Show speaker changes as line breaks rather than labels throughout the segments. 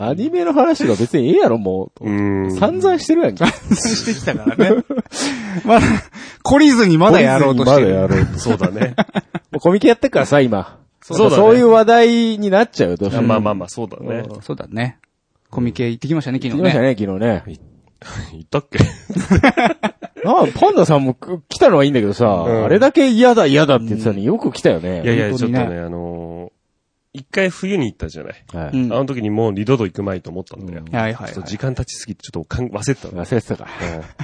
アニメの話は別にええやろ、もう。
うん
散々してるやんけ。
してきたからね。 まだ、懲りずにまだやろうとしてる。
まだやろうと。
そうだね。
もうコミケやってっからさ、今。
そうだね
そういう話題になっちゃうよ、どうして
いや
も。
まあまあまあ、そうだね。
そうだね。コミケ行ってきましたね、昨
行き
日
ました
ね。
ね、昨日ね。
言ったっけ
ああ、パンダさんもく来たのはいいんだけどさ、
うん
あれだけ嫌だ嫌だって言ってたのによく来たよ
いや
ね。
いや、ちょっ
本当
と
に
ね、
ね
あのー一回冬に行ったじゃない。
は
う
い。
あ
ん。は
の時にもう二度と行くまいと思ったんだよ。
うん
ち
いはい
ょ
はい
っと。時間経ちすぎて、ちょっとかん忘れてたの。
忘れてたか。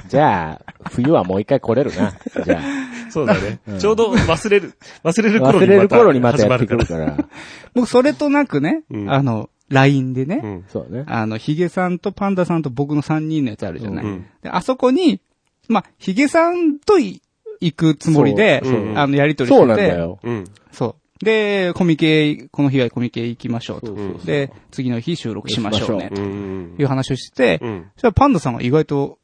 じゃあ、冬はもう一回来れるな。じゃあ、
そうだね。ちょうど忘れる、 忘れる頃にま
忘れる頃にま
た。
たやってくる
始ま
から。
僕、それとなくね
う、ん
あの、LINE でね
ら。う、ん。
そうだね。
あの、ヒゲさんとパンダさんと僕の3人のやつあるじゃない。
うん
であそこに、まあ、ヒゲさんとい行くつもりで、
そううん
あの、やりとりしてて。
そうなんだ。よ。
うん。
そう。で、コミケ、この日はコミケ行きましょうと。
そうそうそう
で、次の日収録しましょうね。
うん。うん
という話をして、
うん。
そしたらパンダさんが意外と、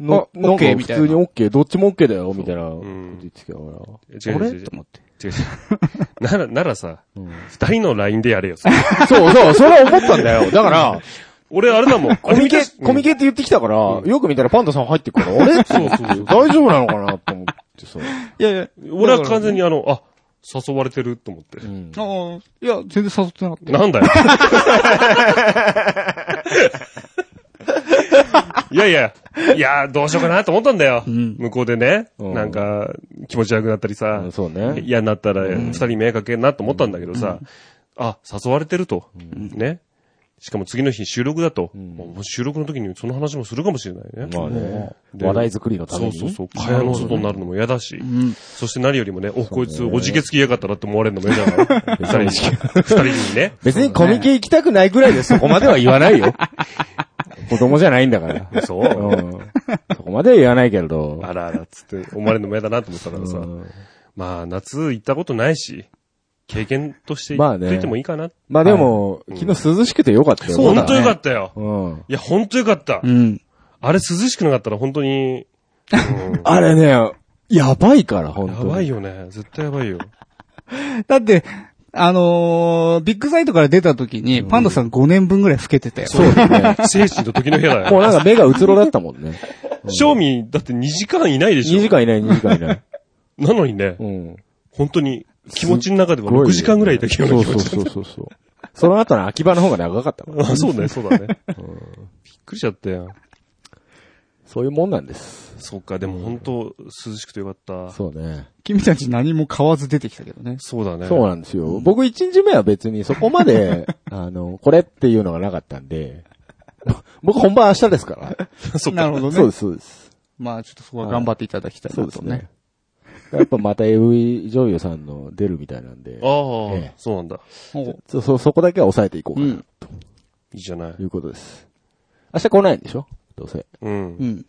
の
あオッケーみたいな
普通にオッケー、どっちもオッケーだよ、みたいなこと
ん
言ってきたから。
違
あ
う違う
れ
違う
と思って。
違う違う。なら、ならさ、
うん
二人の LINE でやれよ。
そうそう、それは思ったんだよ。だから、
俺、あれだもん。
コミケ、コミ
ケ。
ケって言ってきたから、よく見たらパンダさん入ってくから、あれ
そうそうそう
大丈夫なのかなって思ってさ。
いやいや、
俺は完全にあの、あ、誘われてると思って
う。ん
ああ、いや、全然誘ってなかった。
なんだよ。いやいや、いや、どうしようかなと思ったんだよ。
ん
向こうでね、
うん
なんか、気持ち悪くなったりさ
うん、そうね。
嫌になったら、二人に迷惑かけるなと思ったんだけどさ、あ、誘われてると。ね。しかも次の日収録だと。もう収録の時にその話もするかもしれないね。
まあね。
で
話題作りのため
そう
に。
そうそう。蚊帳の外になるのも嫌だし。そして何よりもね、お、こいつおじけつきやがったなって思われるのも 嫌だから。二人に、二人にね。
別にコミケ行きたくないぐらいでそこまでは言わないよ。子供じゃないんだから。。
そううん
そこまでは言わないけれど。
あらあら、つって、思われるのも嫌だなと思ったからさ。まあ、夏行ったことないし、経験として
まあ
言
ね
っといてもいいかな。
まあでも、昨日涼しくてよかったよ。
そうだ
本
ね
当よかったよ。
うん。
いや、本当よかった。
うん。
あれ涼しくなかったら本当 に、うん
あれね、やばいから、本
や
当
ばい
に。
よね。絶対やばいよ。
だって、あのービッグサイトから出た時に、パンダさん5年分ぐらい老けてたよ。
そうだね。
精神と時の部屋だ
もう
よ。
なんか目がうつろだったもんね。
正味、だって2時間いないでし
2
ょ。
時間いない、2時間いない。
なのにね、
うん。
本当に気持ちの中では6時間ぐらいいた気がす
そう
る。
そうそうそうそう。その後の秋葉の方が長かったから。
あそうね、そうだね。うんびっくりしちゃったよ。
そういうもんなんです。
そっか、でも本当涼しくてよかった。
そうね。
君たち何も買わず出てきたけどね。
そうだね。
そうなんですよ。僕1日目は別にそこまで、あの、これっていうのがなかったんで、僕本番明日ですから。
そっ
な
か
る。ほどね。
そうです、そうです。
まあ、ちょっとそこは頑張っていただきたい
そう
な
です
と
ね
ね。。
やっぱまた AV 女優さんの出るみたいなんで、
ああ、
ええ
そうなんだ。
おう
そ、そ、そこだけは抑えていこうかな、
いいじゃない
と。いうことです。明日来ないんでしょどうせ。
うん。
うん。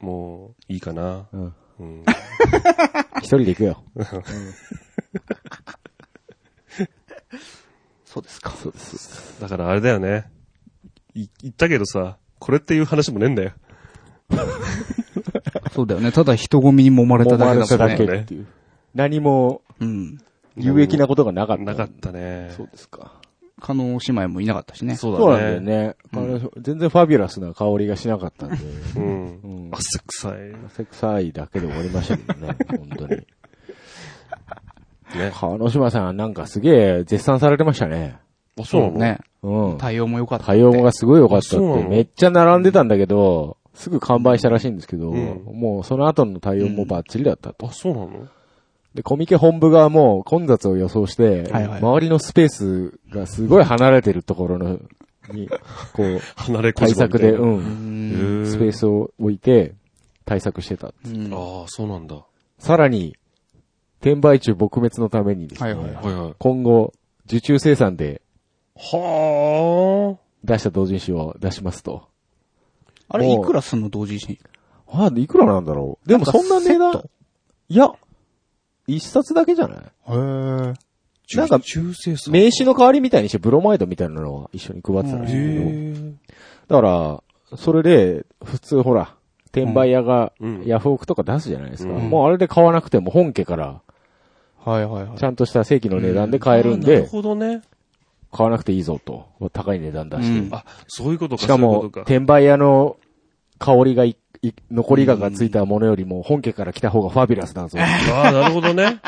もう、いいかな。
うん。
うん。
一人で行くよ。
そうで すか。
そうです。
だからあれだよね。い、言ったけどさ、これっていう話もねえんだよ。
そうだよね。ただ人混みに揉まれた
揉
だ
ま
け
れた
だもん
だ
ね。
けっていう。何も
うん。
有益なことがなかった。
なかったね。
そうですか。
加納姉妹もいなかったしね。
そう
そうなんだ
だ
よ
ね。
ね。あれ全然ファビュラスな香りがしなかったんで、
うん。
うん
汗臭い。
汗臭いだけで終わりましたけどね、本当に。
ね。
川野島さんなんかすげえ絶賛されてましたね。
あ、そうなの
ね。
うん。
対応も良かったって。
対応がすごい良かったっ
あそう
て
な、の
めっちゃ並んでたんだけど、すぐ完売したらしいんですけど、
うん
もうその後の対応もバッチリだったと。
あ、そうなの
で、コミケ本部側も混雑を予想して、
はいはい
周りのスペースがすごい離れてるところの、に、こう、
離れ小
対
島みた
策
いな
で、う、
うんん。
へえ
スペースを置いて、対策してた。
うんは
ああ、そうなんだ。は
さらに、転売中撲滅のためにですね、
いはいはい。
いはい。
今後、受注生産で
は
出した同人誌を出しますと。
あれ、
も
いうくらすんの同時に
あ、いくらなんだろうでもそんな値
なんかセッ
段
ト、
いや、一冊だけじゃない
へえ。
あ。
なんか
中性層。
名刺の代わりみたいにしてブロマイドみたいなのは一緒に配ってたらしいん
へえ。
だけど。だから、それで、普通ほら、転売屋が
うん
ヤフオクとか出すじゃないですか。
うん
もうあれで買わなくても本家から、
はいはいはい
ち。ゃんとした正規の値段で買えるんで、
なるほどね。
買わなくていいぞと。高い値段出して。
うん
あ、そういうことか。
しか
そうい
も、
うことか
転売屋の香りがい、い残りががついたものよりも、本家から来た方がファビュラスだぞ。
ああ、なるほどね。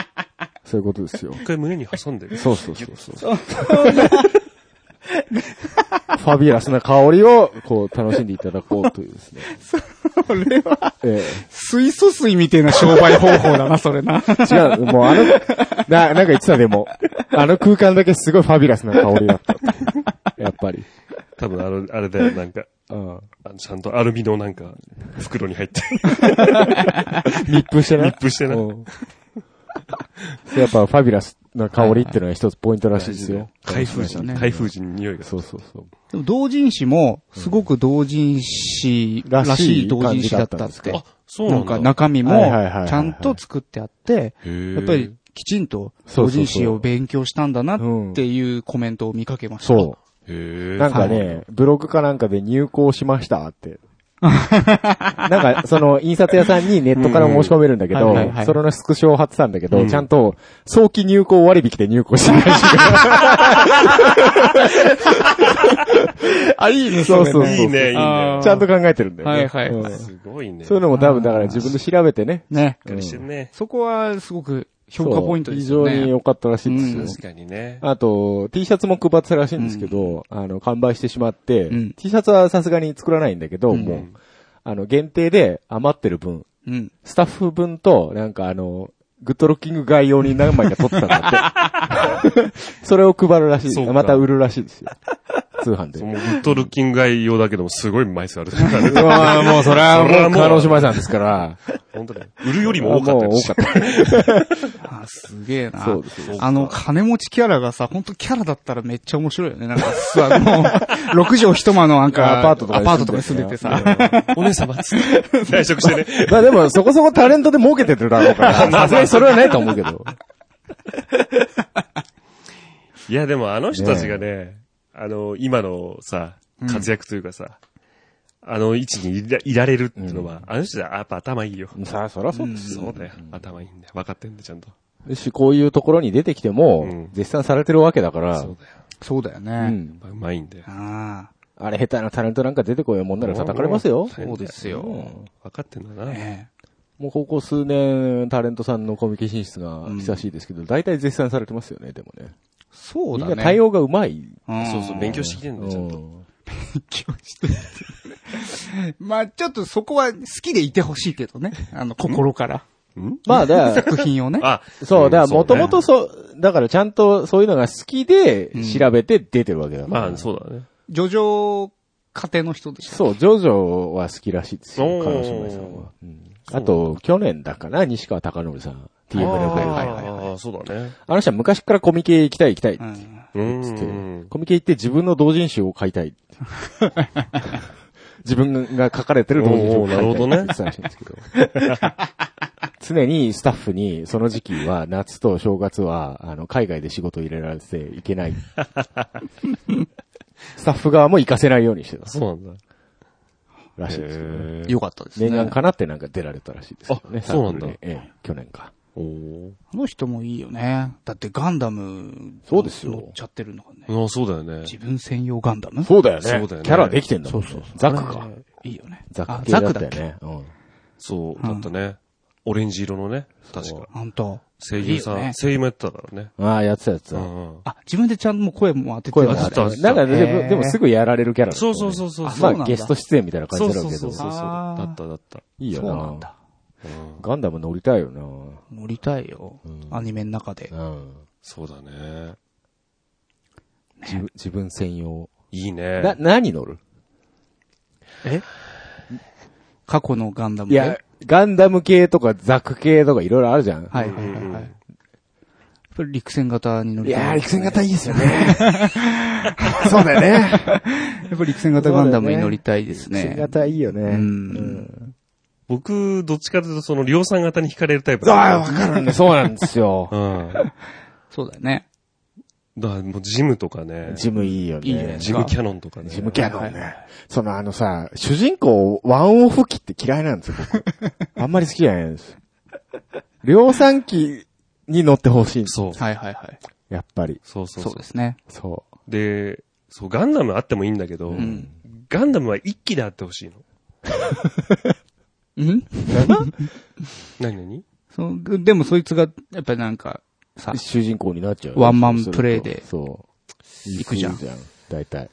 そういうことですよ。
一回胸に挟んでる。
そうそうそう そう。ファビュラスな香りを、こう、楽しんでいただこうというですね。
これは、
え
水素水みたいな商売方法だな、それな。
え違う、もうあの、な、なんか言ってたでも、あの空間だけすごいファビュラスな香りだったっていう。やっぱり。
多分あの、あれだよ、なんか。
うん。
あのちゃんとアルミのなんか、袋に入って。
密封してな。
密封してな
うんそう やっぱファビュラスな香りっていうのが一つポイントらしいですよ。
開封時
そうですね
開封時に匂いが。
そうそうそう。
でも同人誌も、すごく同人誌らしい同人誌だった
らしい感じだったん
っ
です
て。
か
あ、そう
な
なんん
か
だ。
中身
はいはいはいはいは
も
い
ちゃんと作ってあって、や
や
っぱり、きちんと同人誌を勉強したんだなっていうコメントを見かけました。
そ
へー
う。なんかね、ブログかなんかで入稿しました って。なんか、その、印刷屋さんにネットから申し込めるんだけ
う
ど
んはいはいは、い
それのスクショを貼ってたんだけど、
うん
ちゃんと、早期入稿割引で入稿してないし。
あ、いいね
そうそうそう
いいね、いい
あ
ね。
ー
ちゃんと考えてるんだよね。
はいはい
うん
すごいね。
そういうのも多分、だから自分で調べてね。
ね。
しっかりしてるね。
そこはすごく評価ポイントです
そ
よ
う
ね。
非常に良かったらしいですよ。
うん
確かにね。
あと、T シャツも配ってたらしいんですけど、あの、完売してしまって、
うん
T シャツはさすがに作らないんだけど、
うん
もう、あの、限定で余ってる分、
うん。
スタッフ分と、なんかあの、グッドロッキング概要に何枚か取ってたんだって。それを配るらし
そ
い。
うか
また売るらしいですよ。通販で
そ。のグッドルッキング概要だけでもすごい 枚数ある。
まあ、もうそれは
それはもう
叶姉妹さんですから。
本当だよ売るよりも多かった
もう
り
多
し
かった。
あ、すげえな。
そうですよ。
あの、金持ちキャラがさ、本当キャラだったらめっちゃ面白いよね。なんかさ、も う、6畳一間のなんか、
アパートとか
ア
に住んで
パートとかに住んでてさ、
お姉様っつ って。退職してね。
まあでも、そこそこタレントで儲けてるだろうから、さすがにそれ はないと思うけど。
いや、でもあの人たちがね、あの、今のさ、活躍というかさ、あの位置にいらいられるっていうのは、あの人はやっぱ頭いいよ。
さあ、そりゃそうですよ
そうだよ。頭いいんだよ。分かってんだよ、ちゃんと。
よし、こういうところに出てきて
う
も
ん、
絶賛されてるわけだから、
そうだよ。
そうだよ
う
ね。
ん。
やっぱうまいんだよ。
あ
あれ、下手なタレントなんか出てこいよもんなら叩かれますよ
も。
あ、そうです
う
よ。
ん
分かってんだな。
え
もうここ数年、タレントさんのコミュニケーション室が久しいですけど、大体絶賛されてますよね、でもね。
えそう
み
だ
ん
ね。
な対応がうまい。
ん
そうそう、勉強してきてんだよ、ちゃんと。
勉強して。 まあ、ちょっとそこは好きでいてほしいけどね。あの、心から。
ん
まあ、だから、
作品をね。
あ、
そう、だから、もと
ね
もとそう、だからちゃんとそういうのが好きで
うん
調べて出てるわけだから。
まあ、そうだね。
ジョジョ家庭の人でしょ。
そう、ジョジョは好きらしいですよ、
おー
彼女さんは。うんあと、去年だかな、西川貴教さん。TM
あ
の
はい
会
はいはいはい
ああ、そうだね。
あの人は昔からコミケ行きたい行きたいっ
う
て
ん。
う
言ってて
ん。
コミケ行って自分の同人誌を買いたいって。自分が書かれてる同人誌を買いたいって言ってたらしいんですけど。常にスタッフに、その時期は夏と正月は、あの、海外で仕事入れられていけない。スタッフ側も行かせないようにしてた
そうなんだ。
らしいですよね。
へえ
よかったですね。
念願かなってなんか出られたらしいですけどね。
あそうなんだ
サークルでええ、去年か。
おー
あの人もいいよね。だってガンダム、
そうですよ
乗っちゃってるのがね。
ああ、そうだよね。
自分専用ガンダム
そうだよね。
そうだよね
キャラできてんだもん、ね。
そうそう
ザクか。
いいよね。
ザ
あ
ク系
ザ
だ
ク
っ
だ
たよ
っけ
ね。うん。
そう、
うん
だったね。オレンジ色のね。確か。
本当。
声優さ
いいよね
ん、声優もやってたからね。
ああ、やってたやって
う
た。
んうん。
あ、自分でちゃんともう声も当てて
声
や
も
つだ
あ
よ
っ
当てた
た。
当てた
なんかで
へ
も、
ー
でもすぐやられるキャラだった
そ
よ
う
ね
そうそうそう。
そうなん
ま
だ
あ、ゲスト出演みたいな
そ
感
う
じだ
そ
ろう
う
け
そ
ど
う。そう。
あー
だっただった。
いいよ
そうなんだ
な。。ガンダム乗りたいよな。
乗りたいよ。アニメの中で。
うん。
そうだね。
自分自分専用。
いい
な
ね、。
何乗る
え過去のガンダ
い
ムで。
や、ガンダム系とかザク系とかいろいろあるじゃん。
はいはいはいはい。やっぱり陸戦型に乗
い
りたい。
やー、陸戦型いいですよね。そうだよ ね。
やっぱり陸戦型ガンダムに乗りたいです
新
ね。
型いいよね。
う
うん
ん。
僕、どっちかというと、その量産型に惹かれるタイプ
ああ、
だ。
わかるね。そうなんですよ。
うん。だか
そうだよね。
らもうジムとかね。
ジムいいよね。
いいね
ジムキャノンとかね。
ジムキャノンね。そのあのさ、主人公、ワンオフ期って嫌いなんです よ、僕。あんまり好きじゃないんです。量産機に乗ってほしいんです。
そう。
はいはいはい。
やっぱり。
そうそうそ
そう
う。
ですね。
そう。
で、そう、ガンダムあってもいいんだけど、ガンダムは一機であってほしいの。
ん
何何
そうでもそいつが、やっぱりなんか、さ、
主人公になっちゃう。
ワンマンプレイで
そう。
行くじゃん
行大体。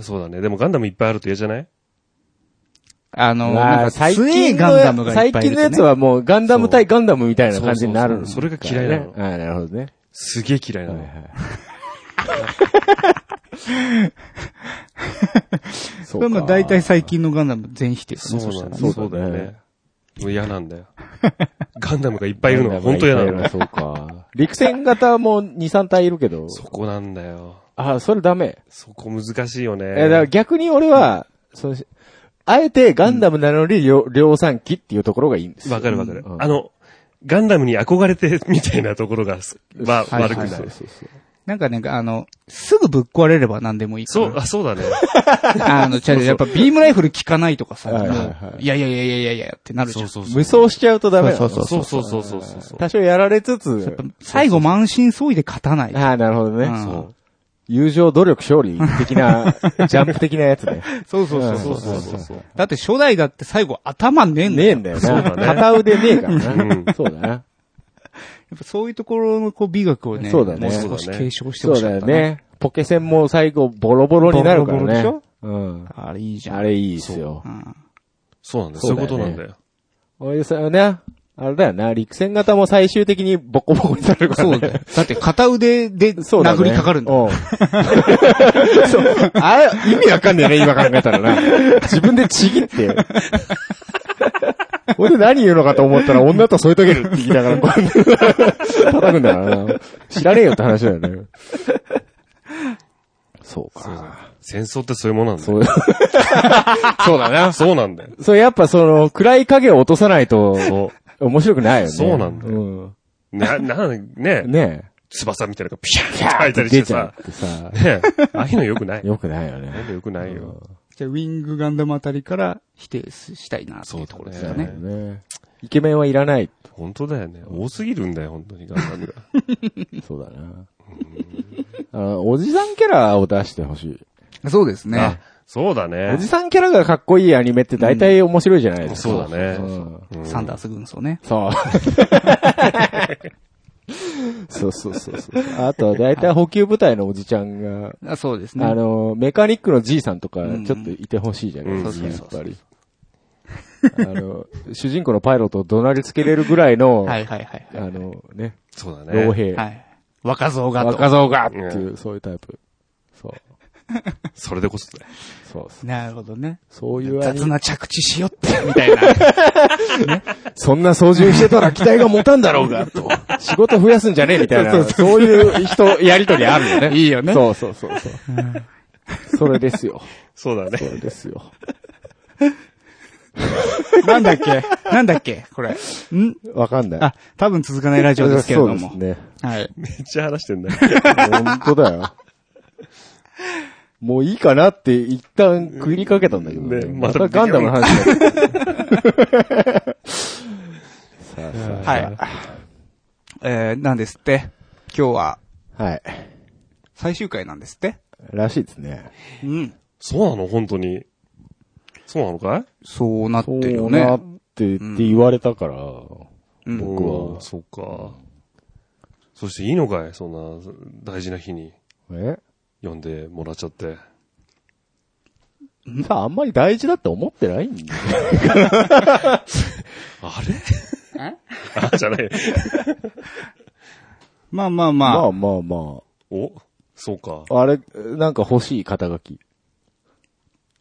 そうだね。でもガンダムいっぱいあると嫌じゃない
あの、なん
ま
か
あ最
強い
近
ガンダ
の、
ムがいっ
最
ぱいい
近
る
の
と、ね。
やつはもうガンダム対ガンダムみたいな感じになる
そうそうそうそれが嫌いなの
ああ、なるほどね。
すげえ嫌いな
はい
の。
はい。そ
まあまあ大体最近のガンダム全否定です
そ
ね。
うなんだ
そ
よ。
うした
そ
ら
うだよ
そうだ
ね。もう嫌なんだよ。ガンダムがいっぱ
ガ
いい
ン
るの
ダ
が
ムがい
本
っ
当
ぱいい
嫌
る
な
の
の。
そうか。陸戦型も2、3体いるけど。
そこなんだよ。
あ、それダメ。
そこ難しいよね。
え、だから逆に俺は、そうしあえてガンダムなのに量量産機っていうところがいいんですよ
わかるわかる
う。ん
あの、ガンダムに憧れてみたいなところがす、まあ、
はい
悪くな
そう
い。
そうそう。
なんかね、あの、すぐぶっ壊れれば何でもいいか
そう、
ら。
あ、そうだね。
あの、違う違うやっぱビームライフル効かないとかさ、
はいはい
も
は
う
い
いやいやいやいやいやいやってなるじゃ
そう。そ
ん
うそう。
無双しちゃうとダメなの
そうそう
そうそうそうそうそうそう。
多少やられつつ、
やっぱ最後満身創痍で勝たない。
ああ、なるほどね。
うん
そう。友情努力勝利的な、ジャンプ的なやつね。
そうそう
そ
そうう
そ
そうう
そう
そう。
だって初代だって最後頭ねえんだ
ね
よ。
えんだよな。
そうだね
片腕ねえからな。
うん
そうだな。
やっぱそういうところのこう美学をね、
そうだね
もう少し継承して
そ
ほ
う
しか
だ
っ
よ
たね。
ね。ポケセンも最後ボロボロになるからね。
ボロボロでしょ
うん。
あれいいじゃん。
あれいいですよ
う。ん。
そうなんだよ。
そ
そ
だよ
うういう
ね
ことなんだよ。
おいさね。あれだよな。陸戦型も最終的にボコボコにされるから
そ
ね。
うだよ。だって片腕で
そうだね
殴りかかるんだ。
うん そう。あれ、意味わかんねえね、今考えたらな。自分でちぎ って。俺何言うのかと思ったら女と添い遂げるって言いながら、こう叩くんだからな。知らねえよって話だよね。そう
そうだよ
か。
戦争ってそういうものなんだ
そう
よ。
そうだな。
そうなんだよ。
それやっぱその、暗い影を落とさないと、面白くないよね。
そうなんだ
よ。
な、なん、ね
ね
翼みたいなのがピシャ
え。
ーって開いたりして
出ちゃ
さ
っ。てさ、
ねああいうの良くない。
よくないよね。
よくないよ。
じゃあウィングガンダムあたりから否定したいなっていうところですよね。
ね。イケメンはいらない。
本当だよね。多すぎるんだよ、本当に、ガンダムが。
そうだな。あおじさんキャラを出してほしい。
そうです
あ
ね。、
そうだ
お
ね
じ。さんキャラがかっこいいアニメって大体面白いじゃないですか。
そうだね。
うん
うん
サンダース軍曹ね。
そう。 そうそうそうそう。あと、大体補給部隊のおじちゃんが、
あそうですね。
あの、メカニックのじいさんとか
ん、
ちょっといてほしいじゃないですか、
うん
やっぱり。あの、 主人公のパイロットを怒鳴りつけれるぐらいの、
は
あ
いはいはいはい。
の、ね、
そうだね。
老兵。
はい。若造がと。
若造がっていうう、そういうタイプ。そう。
それでこそだよ。
そうそう。
なるほどね。
そういうアニ
雑
メ
な着地し よって、みたいな。
そんな操縦してたら期待が持たんだろう が、と。仕事増やすんじゃねえみたいな、そういう人、やりとりあるよね。
いいよね
そうそうそうそう。それですよ。
そうだ
そ
ね。
れですよ。
なんだっけなんだっけこれ。ん
わかんない。
あ、多分続かないラジオですけれども。
そうですね。
はい。
めっちゃ話してんだよ。
本当だよ。もういいかなって一旦区切りかけたんだけどね。
ね
ま
ま
た
た
ガンダムの話になっちゃった。さあさ
はい。えー、なんですって。今日は
あ。はい。
最終回なんですって。
らしいですね。
うん。
そうなの本当に。そうなのかい
そうなって
そう
るよ
な
ね
っ。て、って言われたから。
うん。
僕は
うんそうか。そしていいのかいそんな大事な日に
え
呼んでもらっちゃって。
さあ、あんまり大事だって思ってないんだよ。
あれ あ、じゃない。
まあま
ま
あまあ。
あまあま
おそうか。
あ。あれ、なんか欲しい肩書き。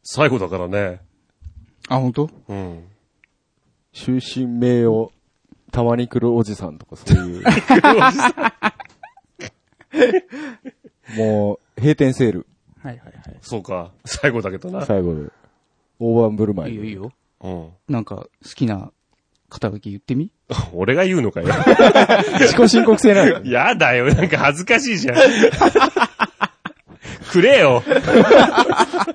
最後だからね。
あ、本当？
うん。
終身名誉、たまに来るおじさんとかそういう。 もう、閉店セール、
はいはい
そうか。最後だけどな。
最後で。大盤振る
は
舞
い。いいよいい
い。
よ。
うん。
なんか、好きな肩書き言ってみ
俺が言う のかよ。
自己申告制なの。
やだよ。なんか恥ずかしいじゃん。 くれよ。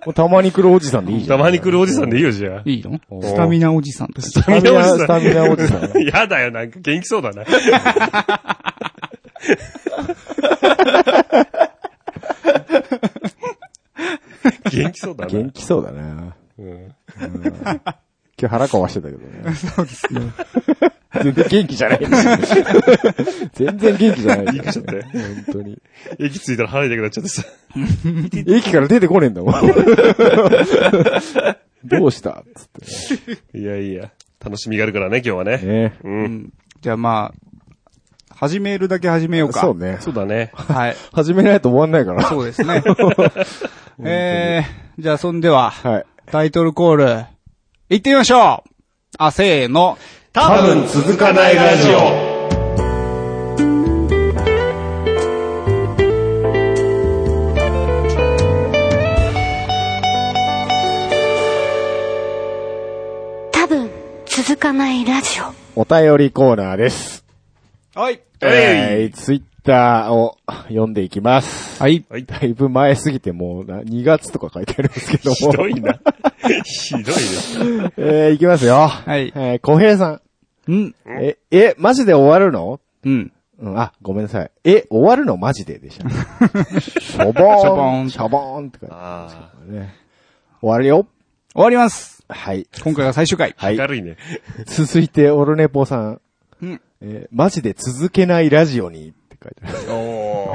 もうたまに来るおじさんでいいじゃ
た
ん。
まに来るおじさんでいいよ、じゃあ。
いいの
おー
スタミナおじさんです。
スタ
スタミナ、ス
ん
タミナおじさん。
やだよ、なんか元気そうだな。元気そうだな。
元気そうだな。
うん。
うん今日腹壊してたけどね。そうですね。全然元気じゃないんだ よ。全然元気じゃないんだよ。
ちゃったよ
本当 に。
息ついたら腹痛くなっちゃってさ。
駅から出てこねえんだもん。どうしたつっ
いやいや。楽しみがあるからね、今日はね。
てね。
う。
うんん。じゃあまあ、始めるだけ始めようか。
そうね。
そうだね。
はい。
始めないと終わんないから。
そうです ね。えー、じゃあそんでは、
はい。
タイトルコール、行ってみましょうあ、せーの。多分
続かないラジオ。
多分続かないラジオ
お便りコーナーです。
はい。
えい
い。ツイッターを読んでいきます。
はい。
はい。
だいぶ前すぎてもうな2月とか書いてあるんですけども。
ひどいな。ひどいな。
えー、いきますよ。はいえー、小平さ
うん。
ん。え、え、マジで終わるの
うん。
うん、あ、ごめんなさい。え、終わるのマジででした、ね。しょぼーん。
しょぼーん
しょぼーんって感
あ
じ、ね。終わるよ。
終わります。
はい。
今回が最終回。
あ。
はい。
明るいね。
続いて、オルネポさん。
うん。
えーマジで続けないラジオにって書いてある。
おー。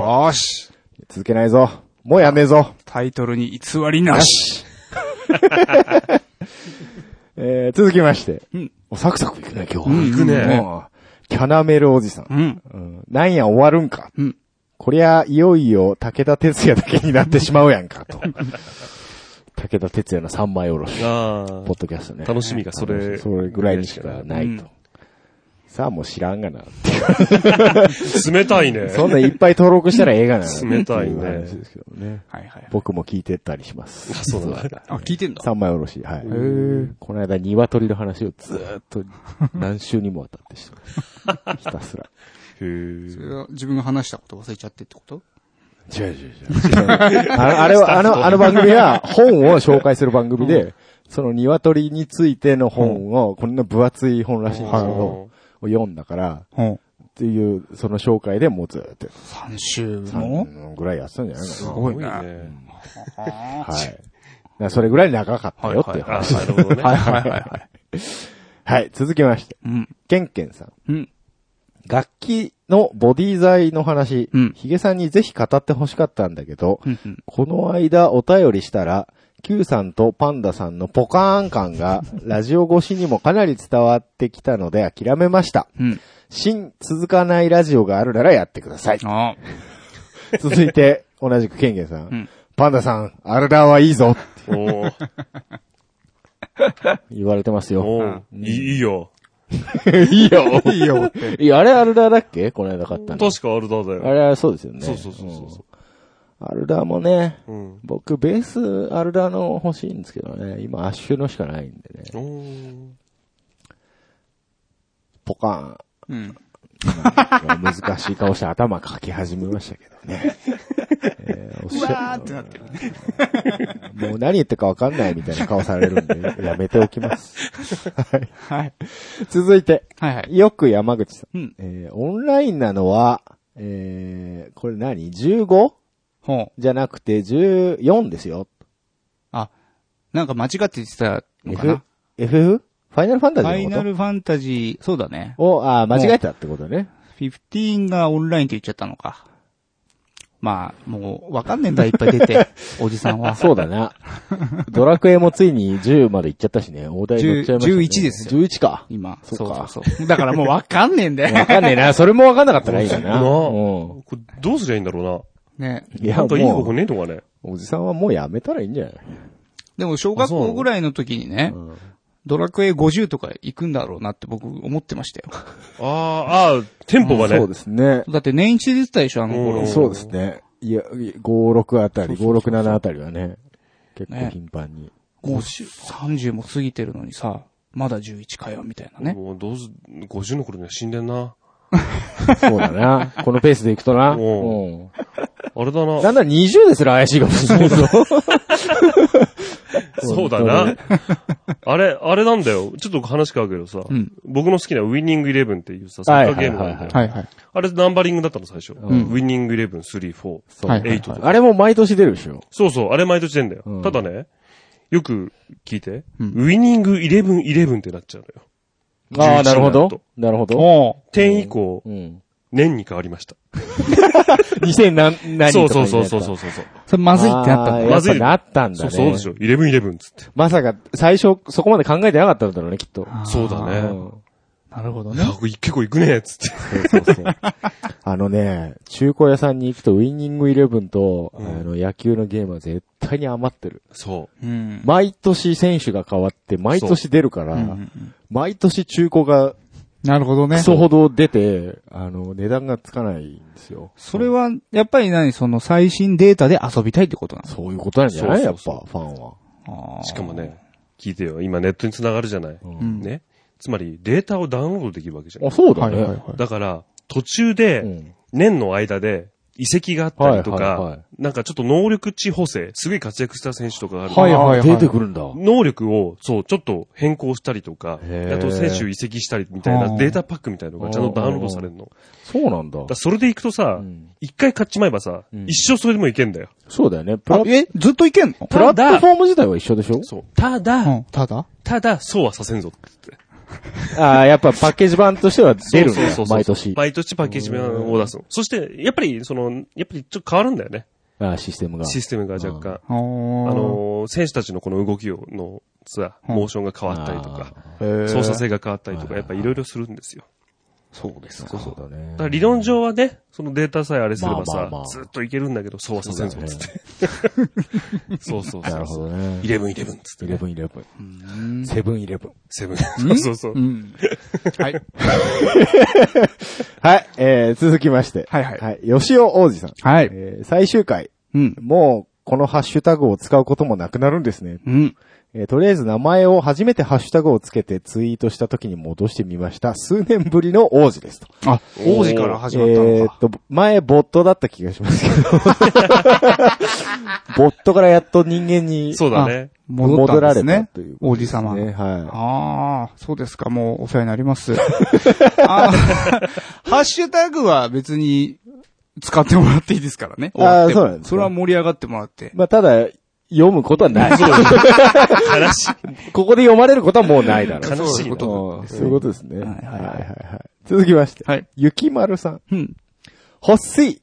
よーし。
続けないぞ。もうやめぞ。
タイトルに偽りなし。
えー続きまして。
ん
おサクサクいくね、今日。
行くね。
もうキャナメルおじさん。
うん。
うんなんや終わるんか。
うん
こりゃ、いよいよ武田鉄矢だけになってしまうやんか、と。武田鉄矢の三枚おろし。
ああ。
ポッドキャストね。
楽しみがそれ
あのそれぐらいにしかな
う
い
ん
と。さあ、もう知らんがな。
冷たいね。
そんなんいっぱい登録したらええがな。
冷たい
って
ね
う話ですけどね。
はいはい。
僕も聞いてたりします。
あそうなんだ。
あ、聞いてんだ。
三枚おろし、はい。この間、鶏の話をずーっと何週にもわたってして ます。ひたすら。
へー
それは自分が話したこと忘れちゃってってこと
違う違う違う。あのあ れは、あの、あの番組は本を紹介する番組で、その鶏についての本を、こんな分厚い本らしいんですけど、を読んだから、
うん。
っていう、その紹介でもうずーっと、
3週も
3ぐらいやってたんじゃない
す
の
ごいね。
は
はいい
はい。だからそれぐらい長かったよっていう
あ
話。
なるほどね。
はい
は
はい
いは
はいい。。 はい、続きまして。
うん。
ケンケンさん。
うん。
楽器のボディ材の話、
うん
ヒゲさんにぜひ語ってほしかったんだけど、
うんうん
この間お便りしたら、Q さんとパンダさんのポカーン感 が、ラジオ越しにもかなり伝わってきたので諦めました。
うん。
新続かないラジオがあるならやってくだ さい。
あ
続いて、同じくケンケンさん。
ん
パンダさん、アルダーはいいぞって
おー
言われてますよ。
おーいいいいよ。
いいよ。
あ。いいよ。
いや、あれアルダーだっけこの間買ったの。
確かアルダーだ
あ
よ。
れはそうですよね。
そうそうそうそ
うんアルダーもね、
う。うん。
僕、ベース、アルダの欲しいんですけどね。今、アッシュのしかないんでね。
おー
ポカ
うん。
ーン。難しい顔して頭かき始めましたけど ね。えーおっ
う
し
わー
ゃ
ってなってる。
もう何言ってかわかんないみたいな顔されるんで、やめておき ます。はい。
はい。
続いて、
はいはい。
よく山口さん。
うん
えーオンラインなのは、えーこれ何 ?15?
ほう。
じゃなくて14ですよ。
あ、なんか間違って言ってたのか
F
な。、
FF? ファイナルファンタ
フ
ジ
ァ
ー
イ
の
ナ
こ
ルファンタジー、そうだね。
とを、あー間違えたってことね。
15がオンラインって言っちゃったのか。まあ、もう、わかんねえんだ、いっぱい出 て、おじさんは。
そうだ な。ドラクエもついに10まで行っちゃったしね。大台乗っちゃいました、ね。
10 11です
11か。
今。
そ
そう
か
うそうそう。だからもうわか んねえんだよ。
わかんねえな。そ れもわかんなかったらいいよな。
そうこれどうすりゃいいんだろ
ね。
ん。いう
な。
や、
なんかいい方法
も
ねえのかね。
う、おじさんはもうやめたらいいんじゃない
でも小学校ぐらいの時にね、ドラクエ50とか行くんだろうなって僕思ってましたよ。
ああ、ああ、テンポがね。
そうですね。
だって年一で出てたでしょ、あの
う
頃
ん。
そうですね。いや、5、6あたり、5、6、7あたりはね、結構
ね
頻繁に。
もう30も過ぎてるのにさ、まだ11かよ、みたいなね。
もうどうす、50の頃には死んでんな。
そうだな。このペースで行くとな。
お
うん
あれだな。
なんなら20ですら怪しいかもしれないぞ。
そうだな。あれ、あれなんだよ。ちょっと話変わるけどさ、
うん
僕の好きなウィニングイレブンっていうさ、サッカーゲームがあるんだよ
はいはいはいはい
はいはい。
あれナンバリングだったの最初。
うん
ウィニングイレブン、3、4。
そう
はいはい
8とか
あれも毎年出るでしょ。
そうそう、あれ毎年出んだよ。
うん
ただね、よく聞いて、
うん
ウィニングイレブンイレブンってなっちゃうのよ。
あ
11
あ、なるほ
にな
ど
ると。
なるほど。
おー
10以降、
うん。
年に変わりました。
2000何、何
そう
と
そ
かにな
う
った
そうそうそうそうそう。
それまずいってなった
あ
ん
ー
だ。
やっぱ
まずい
なったんだ
そう
ね。
そうでしょ。イレブンイレブンつって。
まさか、最初、そこまで考えてなかったんだろうね、きっと。
そうだ
う
ね
ん
なるほど
いや
ね。
これ結構行くねつって。
そうそうそう あのね、中古屋さんに行くと、ウイニングイレブンと、
うん
あの、野球のゲームは絶対に余ってる。
そ
うん。
毎年選手が変わって、毎年出るか
うんうんう
ら、
ん
毎年中古が
なるほど
ク
ね。
ソほど出て、あの、値段がつかないんですよ。
それは、やっぱり何その最新データで遊びたいってことなの
そういうことなんじゃない
そ
や
う
っ
そう
ぱ、ファンは。
あ
う。
ー
しかも。ね、聞いてよ。今ネットに繋がるじゃない。
うん。
ね。つまりデータをダウンロードできるわけじゃん。
あ、そうだ
はいはいは
ね。
い。
だから、途中で、
うん
年の間で、遺跡があったりと
はい
か、
はいはい
なんかちょっと能力値補正、すごい活躍した選手とかがある、
はいはいはい
出てくるんだ。
能力を、そう、ちょっと変更したりとか、
へー
あと選手移籍したりみたい
あ
な
ー
データパックみたいなのがちゃんとダウンロードされるの。だか
そうなんだ。
らそれでいくとさ
うん、
一、回買っちまえばさ、
うん
一生それでもいけんだよ。
そうだよね。プ
あ
ラ、
え、ずっといけんの
プラットフォーム自体は一緒でしょ
そう。ただ、
うん。ただ
ただ、そうはさせんぞって言って。
ああ、やっぱパッケージ版としては出る
そう
ね
そうそう、そう
毎年。
毎年パッケージ版を出すの。そして、やっぱり、その、やっぱりちょっと変わるんだよね。
ああ、システムが。
システムが若干。
あ
あ
の、
のー選手たちのこの動きを、の、さ、
うん
モーションが変わったりとか、操
操
作性が変わったりとか、やっぱいろいろするんですよ。
そうです
そうそうだね
だから理論上はね、そのデータさえあれすれば
まあ
さ
まあまあ、
ずっといけるんだけど、そうはさせんぞ、つって。 そうそう
な
そ
る
う
ほ
そう。
どね
イ。レブンイレブン、つって
イ
ね
レ。ブンイレブン。セブンイレブン。
セブン。そうそうそう
う。 ん。はい。
はい、えー、続きまして。
はいはい
はい、吉尾王子さん。
はい。
えー、最終回。
うん。
もう、このハッシュタグを使うこともなくなるんですね。
うん。
えー、とりあえず名前を初めてハッシュタグをつけてツイートした時に戻してみました。数年ぶりの王子ですと。
あ、
おー
王子から始まったのか。
えーっと、前、ボットだった気がしますけ ど。ボットからやっと人間に
そうだね。
戻った
戻
んです
られ
ね
たという。
王子様
ね、は
ああ、そうですか。もうお世話になり ます。あーハッシュタグは別に使ってもらっていいですからね。
あー
終わっても
そうなんですか
それは盛り上がってもらって
い。。まあ、ただ、読むことは ない。
悲しい。
ここで読まれることはもうないだろう。
悲しいな。
うん
です
そういうことですね。
はいはいはい
い。続きまして。
はい。
ゆきまるさん。
うん。
欲しい。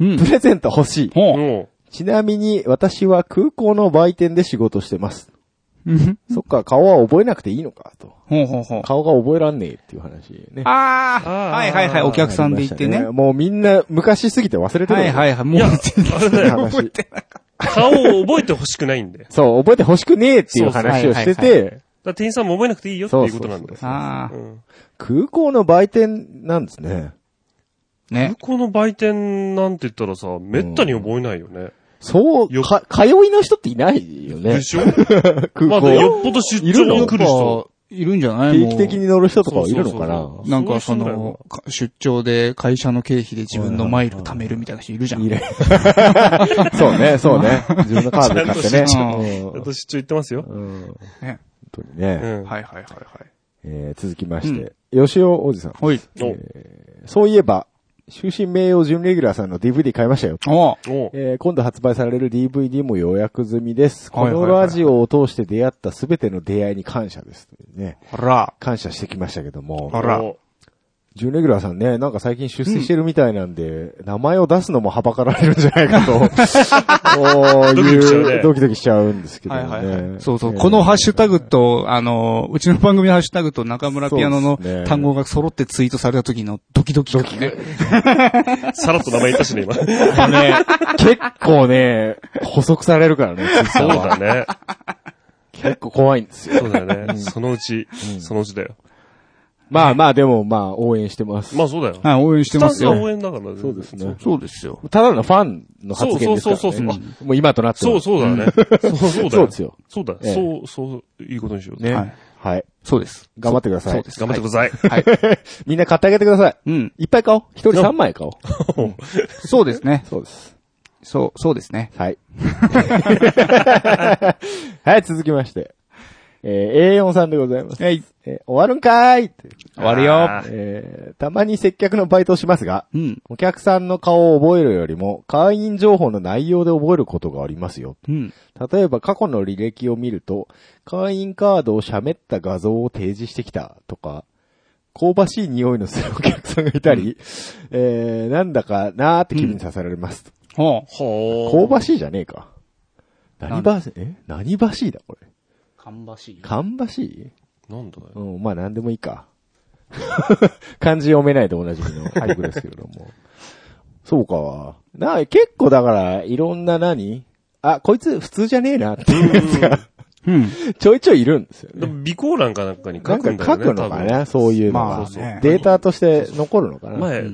うん
プ。レゼント欲しい。
ほう。
も
ちなみに、私は空港の売店で仕事してます。
うん
そっか、顔は覚えなくていいのか、と。
ほうほうほう。
顔が覚えらんねえっていう話ね。
あ
あー
あ、はいはいはい。お客さんで行ってね。は
もうみんな昔すぎて忘れてる。
いはい
う、い
はい。もう
や、
全然
あれだよ。
話
覚えてない。
顔を覚えてほしくないんだよ。
そう、覚えて欲しくねえっていう話をして
そうそうはい
て、
だから店員さんも覚えなくていいよっていうことなんだよ。
あ
うん
空港の売店なんですね。
あ、ね
向。こうの売店なんて言ったらさ、めったに覚えないよね。
そう、
よ
か、通いの人っていないよね
で。しょ
空
まだ
港。
よっぽど出
いる
張
の
に来る人。
いるんじゃない
定期的
も
に乗る人とかはいるのか
そうそうそう
な
うなんかそ
そういう人ぐらい
の、か出張で会社の経費で自分のマイル貯めるみたいな人いるじゃん。
いる。 そうね、そうね。自分のカードで買ってね
ちゃんと。
ちゃんと出張行ってますよ。
うんうん本
ね。
当に
う
ね。
ん。
はいはいはいはい。
えー続きまして、吉尾王子さん。
はい。
お
そういえば、終身名誉準レギュラーさんの DVD 買いましたよ。
お
お
えー今度発売される DVD も予約済みです。
はい
こ
はいはい
のラジオを通して出会ったすべての出会いに感謝です。ね、
ほら。
感謝してきましたけども。
あら
お
ジュンレギュラーさんね、なんか最近出世してるみたいなんで、名前を出すのもはばかられるんじゃないかと、おー
ドキドキしちゃうね
いうドキドキしちゃうんですけどね。
そうそう。このハッシュタグと、あの、うちの番組のハッシュタグと中村ピアノの
そうですね
単語が揃ってツイートされた時のドキドキ感ね。
さらっと名前言ったしね、今。 そう
タグね、 結構ね、補足されるからね、Twitter は
だね。
結構怖いんですよ。
そうだね。そのうち、そのうちだよ。
まあまあ、でもまあ、応援してます。
まあそうだよ。
はい、応援し
ス
て
タ
ま
ン
す
スは
よ。
応援だからね。
そうですね。
そうですよ。
ただのファンの発言ですから、ね。
そうそうそうそう
うんもう今となっては
そうそうだね。そうそうだ
そう
よ
で。すよ。
そうだよ。
ええ
そう、そういうことにしよう。
ね。
は
はいい。
そうです。
頑張ってください。
そうです。
頑張ってください。
はい。
みんな買ってあげてください。
うん。
いっぱい買おう。一人三枚買おう。
そうですね。
そうです。
そう、そうですね。
はい。はい、続きまして。えー、A4 さんでございます。
はい。
えー終わるんかーいって
終わるよ。
あ
えーたまに接客のバイトをしますが、
うん。
お客さんの顔を覚えるよりも、会員情報の内容で覚えることがありますよ。
うん。
例えば過去の履歴を見ると、会員カードを喋った画像を提示してきたとか、香ばしい匂いのするお客さんがいたり、えー、なんだかなーって気分にさせられます。
ほう。
ほ
香
ー。
ばしいじゃねえか。何ばし、え何ばしいだ、これ。
かんばしい。
かんばしい
なんだよ。
うん、まあ何でもいいか。 漢字読めないと同じみの俳句ですけれども。そうか。な、結構だから、いろんな何あ、こいつ普通じゃねえなっていうやつが、
うん。
ちょいちょいいるんですよね。
でも備考欄かなんかに
な
書
ん
く
か
んだ
書
よね。
くのか
多
ね、そういうの
ま
が
あね。
データとして残るのか
分
な。
前、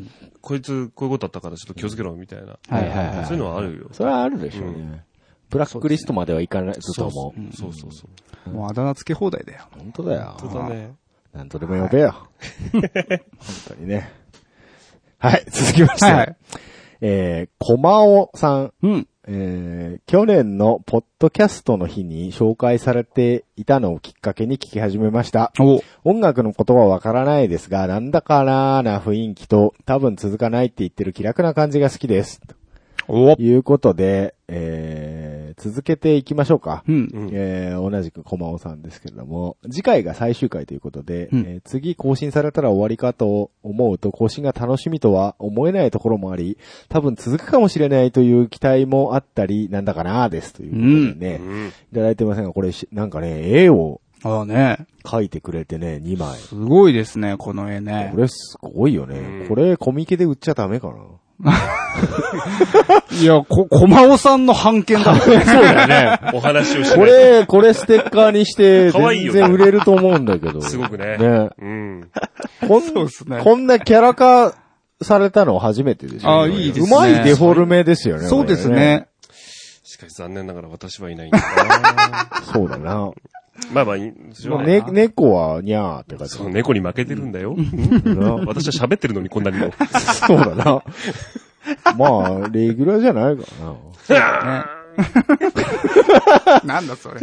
こいつこういうことあったからちょっと気をつけろみたいな。
はいはいはい
そういうのはあるよ。
それはあるでしょうね。ブラックリストまではいかないと思う。
そうそうそう。
もうあだ名つけ放題だよ。
本当だよ。
そうだね。
なんとでも呼べよ。本当にね。はい、続きまして。
はい
えー、コマオさん。
うん。
えー、去年のポッドキャストの日に紹介されていたのをきっかけに聞き始めました。
お
音楽のことはわからないですが、なんだかなーな雰囲気と、多分続かないって言ってる気楽な感じが好きです。
お
ということで、えー、続けていきましょうか。
うん。
うん
えー同じく駒尾さんですけれども、次回が最終回ということで、
うん
えー次更新されたら終わりかと思うと更新が楽しみとは思えないところもあり、多分続くかもしれないという期待もあったり、なんだかなーですということでね、
うん。
いただいてませんが、これし、なんかね、絵を
ああね。
描いてくれてね、2枚。
すごいですね、この絵ね
こ。れすごいよ
う
ね。
ん
これ、コミケで売っちゃダメかな。
いや、こ、駒尾さんの判件だ。
そうだ ね。お話をして
こ
ない
れ、これステッカーにして、
可愛い
全
よね
然売れると思うんだけど。
すごくね。
ね。
うん。
こん
そうっすね
こんなキャラ化されたの初めてですよ
あーいいですね
うまいデフォルメですよね。
そうですね。
しかし残念ながら私はいないんだ な
これね。そうだな。
まあまあ、しょうがない
ね、猫はニャーって感じ
その猫に負けてるんだよ。
だな。
私は喋ってるのにこんなにも。
そうだな。まあ、レギュラーじゃないからな。
なんだそ れ。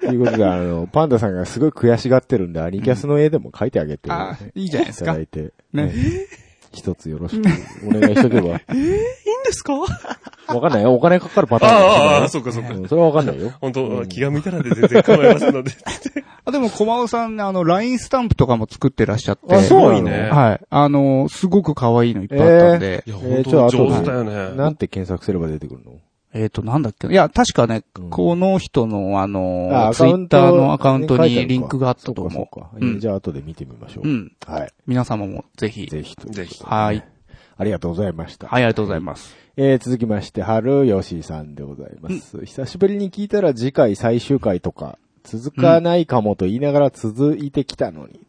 ということで、あの、パンダさんがすごい悔しがってるんで、アニキャスの絵でも描いてあげて、
あーいいじゃないですか
いただいて。
ね
ね。一つよろしくお願いしとけば。 えいいんですかわかんないよ。お金かかるパタ
あ
ーンだ
ああ
か。
あ、そうかそうから
うんそれはわかんないよ。
本当、気が向いたらで全然構いませんので。
あ、でも駒尾さんね、あの、ラインスタンプとかも作ってらっしゃって。
あそう
なのすごいね
はい。あの、すごく可愛いのいっぱいあったんで。
いや、
え
本
ーちょ
当
っと後で
上手だよね。
なんて検索すれば出てくるの
えっ、と、なんだっけいや、確かね、
うん
この人の、あ
あ
の、
ア
ツ
カ
イ
ウン
ッ
ト
ターのアカウントにリンクがあった
そ
と
う
思
かそうか
う。う
えー
ん
じ。ゃあ後で見てみましょう。
うん。
はい。
皆様もぜひ。
ぜひと。
ぜひ。
はい。
ありがとうございました。
はい、ありがとうございます。
えー、続きまして、春吉さんでございます。久しぶりに聞いたら次回最終回とか、続かないかもと言いながら続いてきたのに。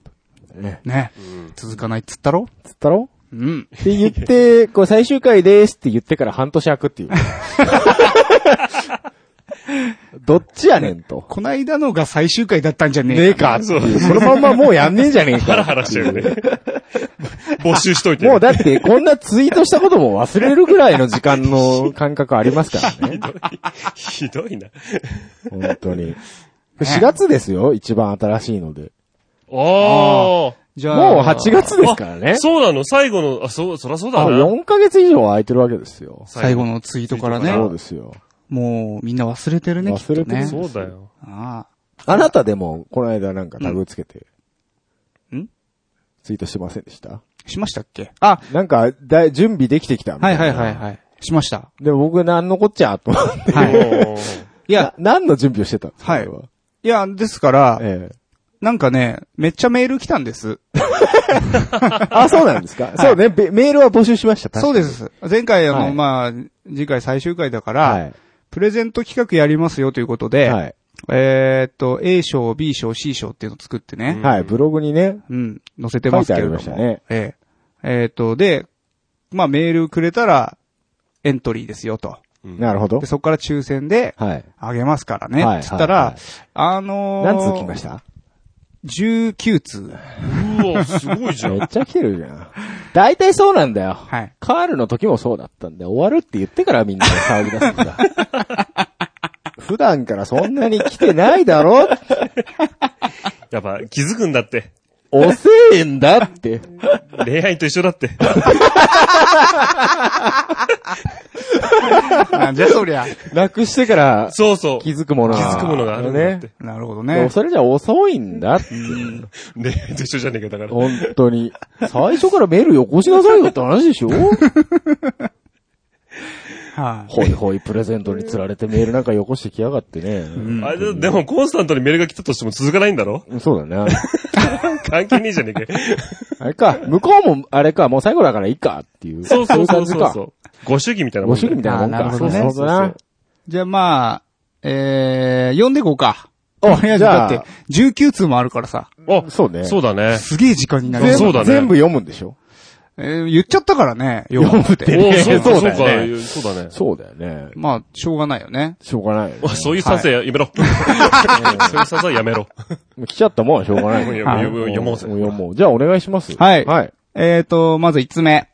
ね。
ね。
うん
続かないっつったろ
つったろ
うん。
って言って、こう最終回ですって言ってから半年空くっていう。 どっちやねんと。
こないだのが最終回だったんじゃね
ね
え
え
か。
かっていう。そのまんまもうやんねえんじゃねえ
ハラ
か。
ハラしてるね。募集しといて。
もうだって、こんなツイートしたことも忘れるぐらいの時間の感覚ありますからね。
ひどいな。
本当に。4月ですよ、一番新しいので。
あ
じゃあ。
もう8月ですからね
あ。。そうなの最後の、あ、そう、そらそうだ
あ、
な。
4ヶ月以上は空いてるわけですよ。
最後のツイートからね。
そうですよ。
もうみんな忘れてるね、
忘れてる
きっとね。
そうだよ。
あ
あなたでも、この間なんかタグつけて、
あ。ん
ツイートしてませんでした
しましたっけあ、
なんか、だい準備できてきたみた
はい
いな。
はいはいはい。しました。
で、僕、なんのこっちゃと思って。
はい
もう
いや、
何の準備をしてたんですか
はい
これはい
や、ですから、
ええ
なんかね、めっちゃメール来たんです。
あ、そうなんですか そうね、べメールは募集しました。確か
そう
に
で。す。前回、あの、
はい
まあ、次回最終回だから、
は
プレゼント企画やりますよということ
い。
で、
はい。
えーっと、A 賞、B 賞、C 賞っていうのを作ってね、
はい、ブログにね、
うん、載せてますけれども。
書いてありまし
えええーっと、で、まあ、メールくれたら、エントリーですよと。
なるほど
で、。そこから抽選で、
はい。
あげますからね。
はい
つったら、
はいはい
あのー、
何通来ました
19
う
通。
わ、すごいじゃ
め
ん。
っちゃ来てるじゃん。大体そうなんだよ。
はい
カールの時もそうだったんで、終わるって言ってからみんなで騒ぎ出すん だ。普段からそんなに来てないだろ
やっぱ気づくんだって。
遅えんだって。
恋愛と一緒だって。
なんじゃそり ゃ。
なくしてから
そうそう。
気づくものが。
気づくものがあるんだっ
ね
て。。
なるほど
でも
ね。
それじゃ遅いんだって。
恋愛と一緒じゃねえか、だから。
本当に。最初からメールよこしなさいよって話でしょ
はい。
ほいほいプレゼントに釣られてメールなんかよこしてきやがってね。
あれでもコンスタントにメールが来たとしても続かないんだろ
そうだね。
関係ねえじゃねえ か。
あれか、向こうもあれか、もう最後だからいいかっていう。
そうそうそ
い感
うそうう
じ
そ
か。
う。ご主義みたいなも
ご
んだ
主
よ
義みたいなもん
あーなる
か。
ほどね
そうそうな。
じゃあまあ、えー、読んでいこうか。
お
とりあえず
じゃ
だっ
あ
て、19通もあるからさ。
あ、
そうね。
そうだね。
すげえ時間にな
全
る。
部
そうだね
全部読むんでしょ
えー、言っちゃったからね、読むっ
読
て。
むっ
お
ね
そうか、
そ
そう
だ
うか
よね、
そうだね。
そうだよね。
まあ、しょうがないよね。
しょうがないよね。
わそういう賛成やめ ろ。そういう賛成はやめろ。
もう来ちゃったもんはしょうがないよね。
読む読もう
読もう。じゃあお願いします。
はい
はい。
えーと、まず5つ目。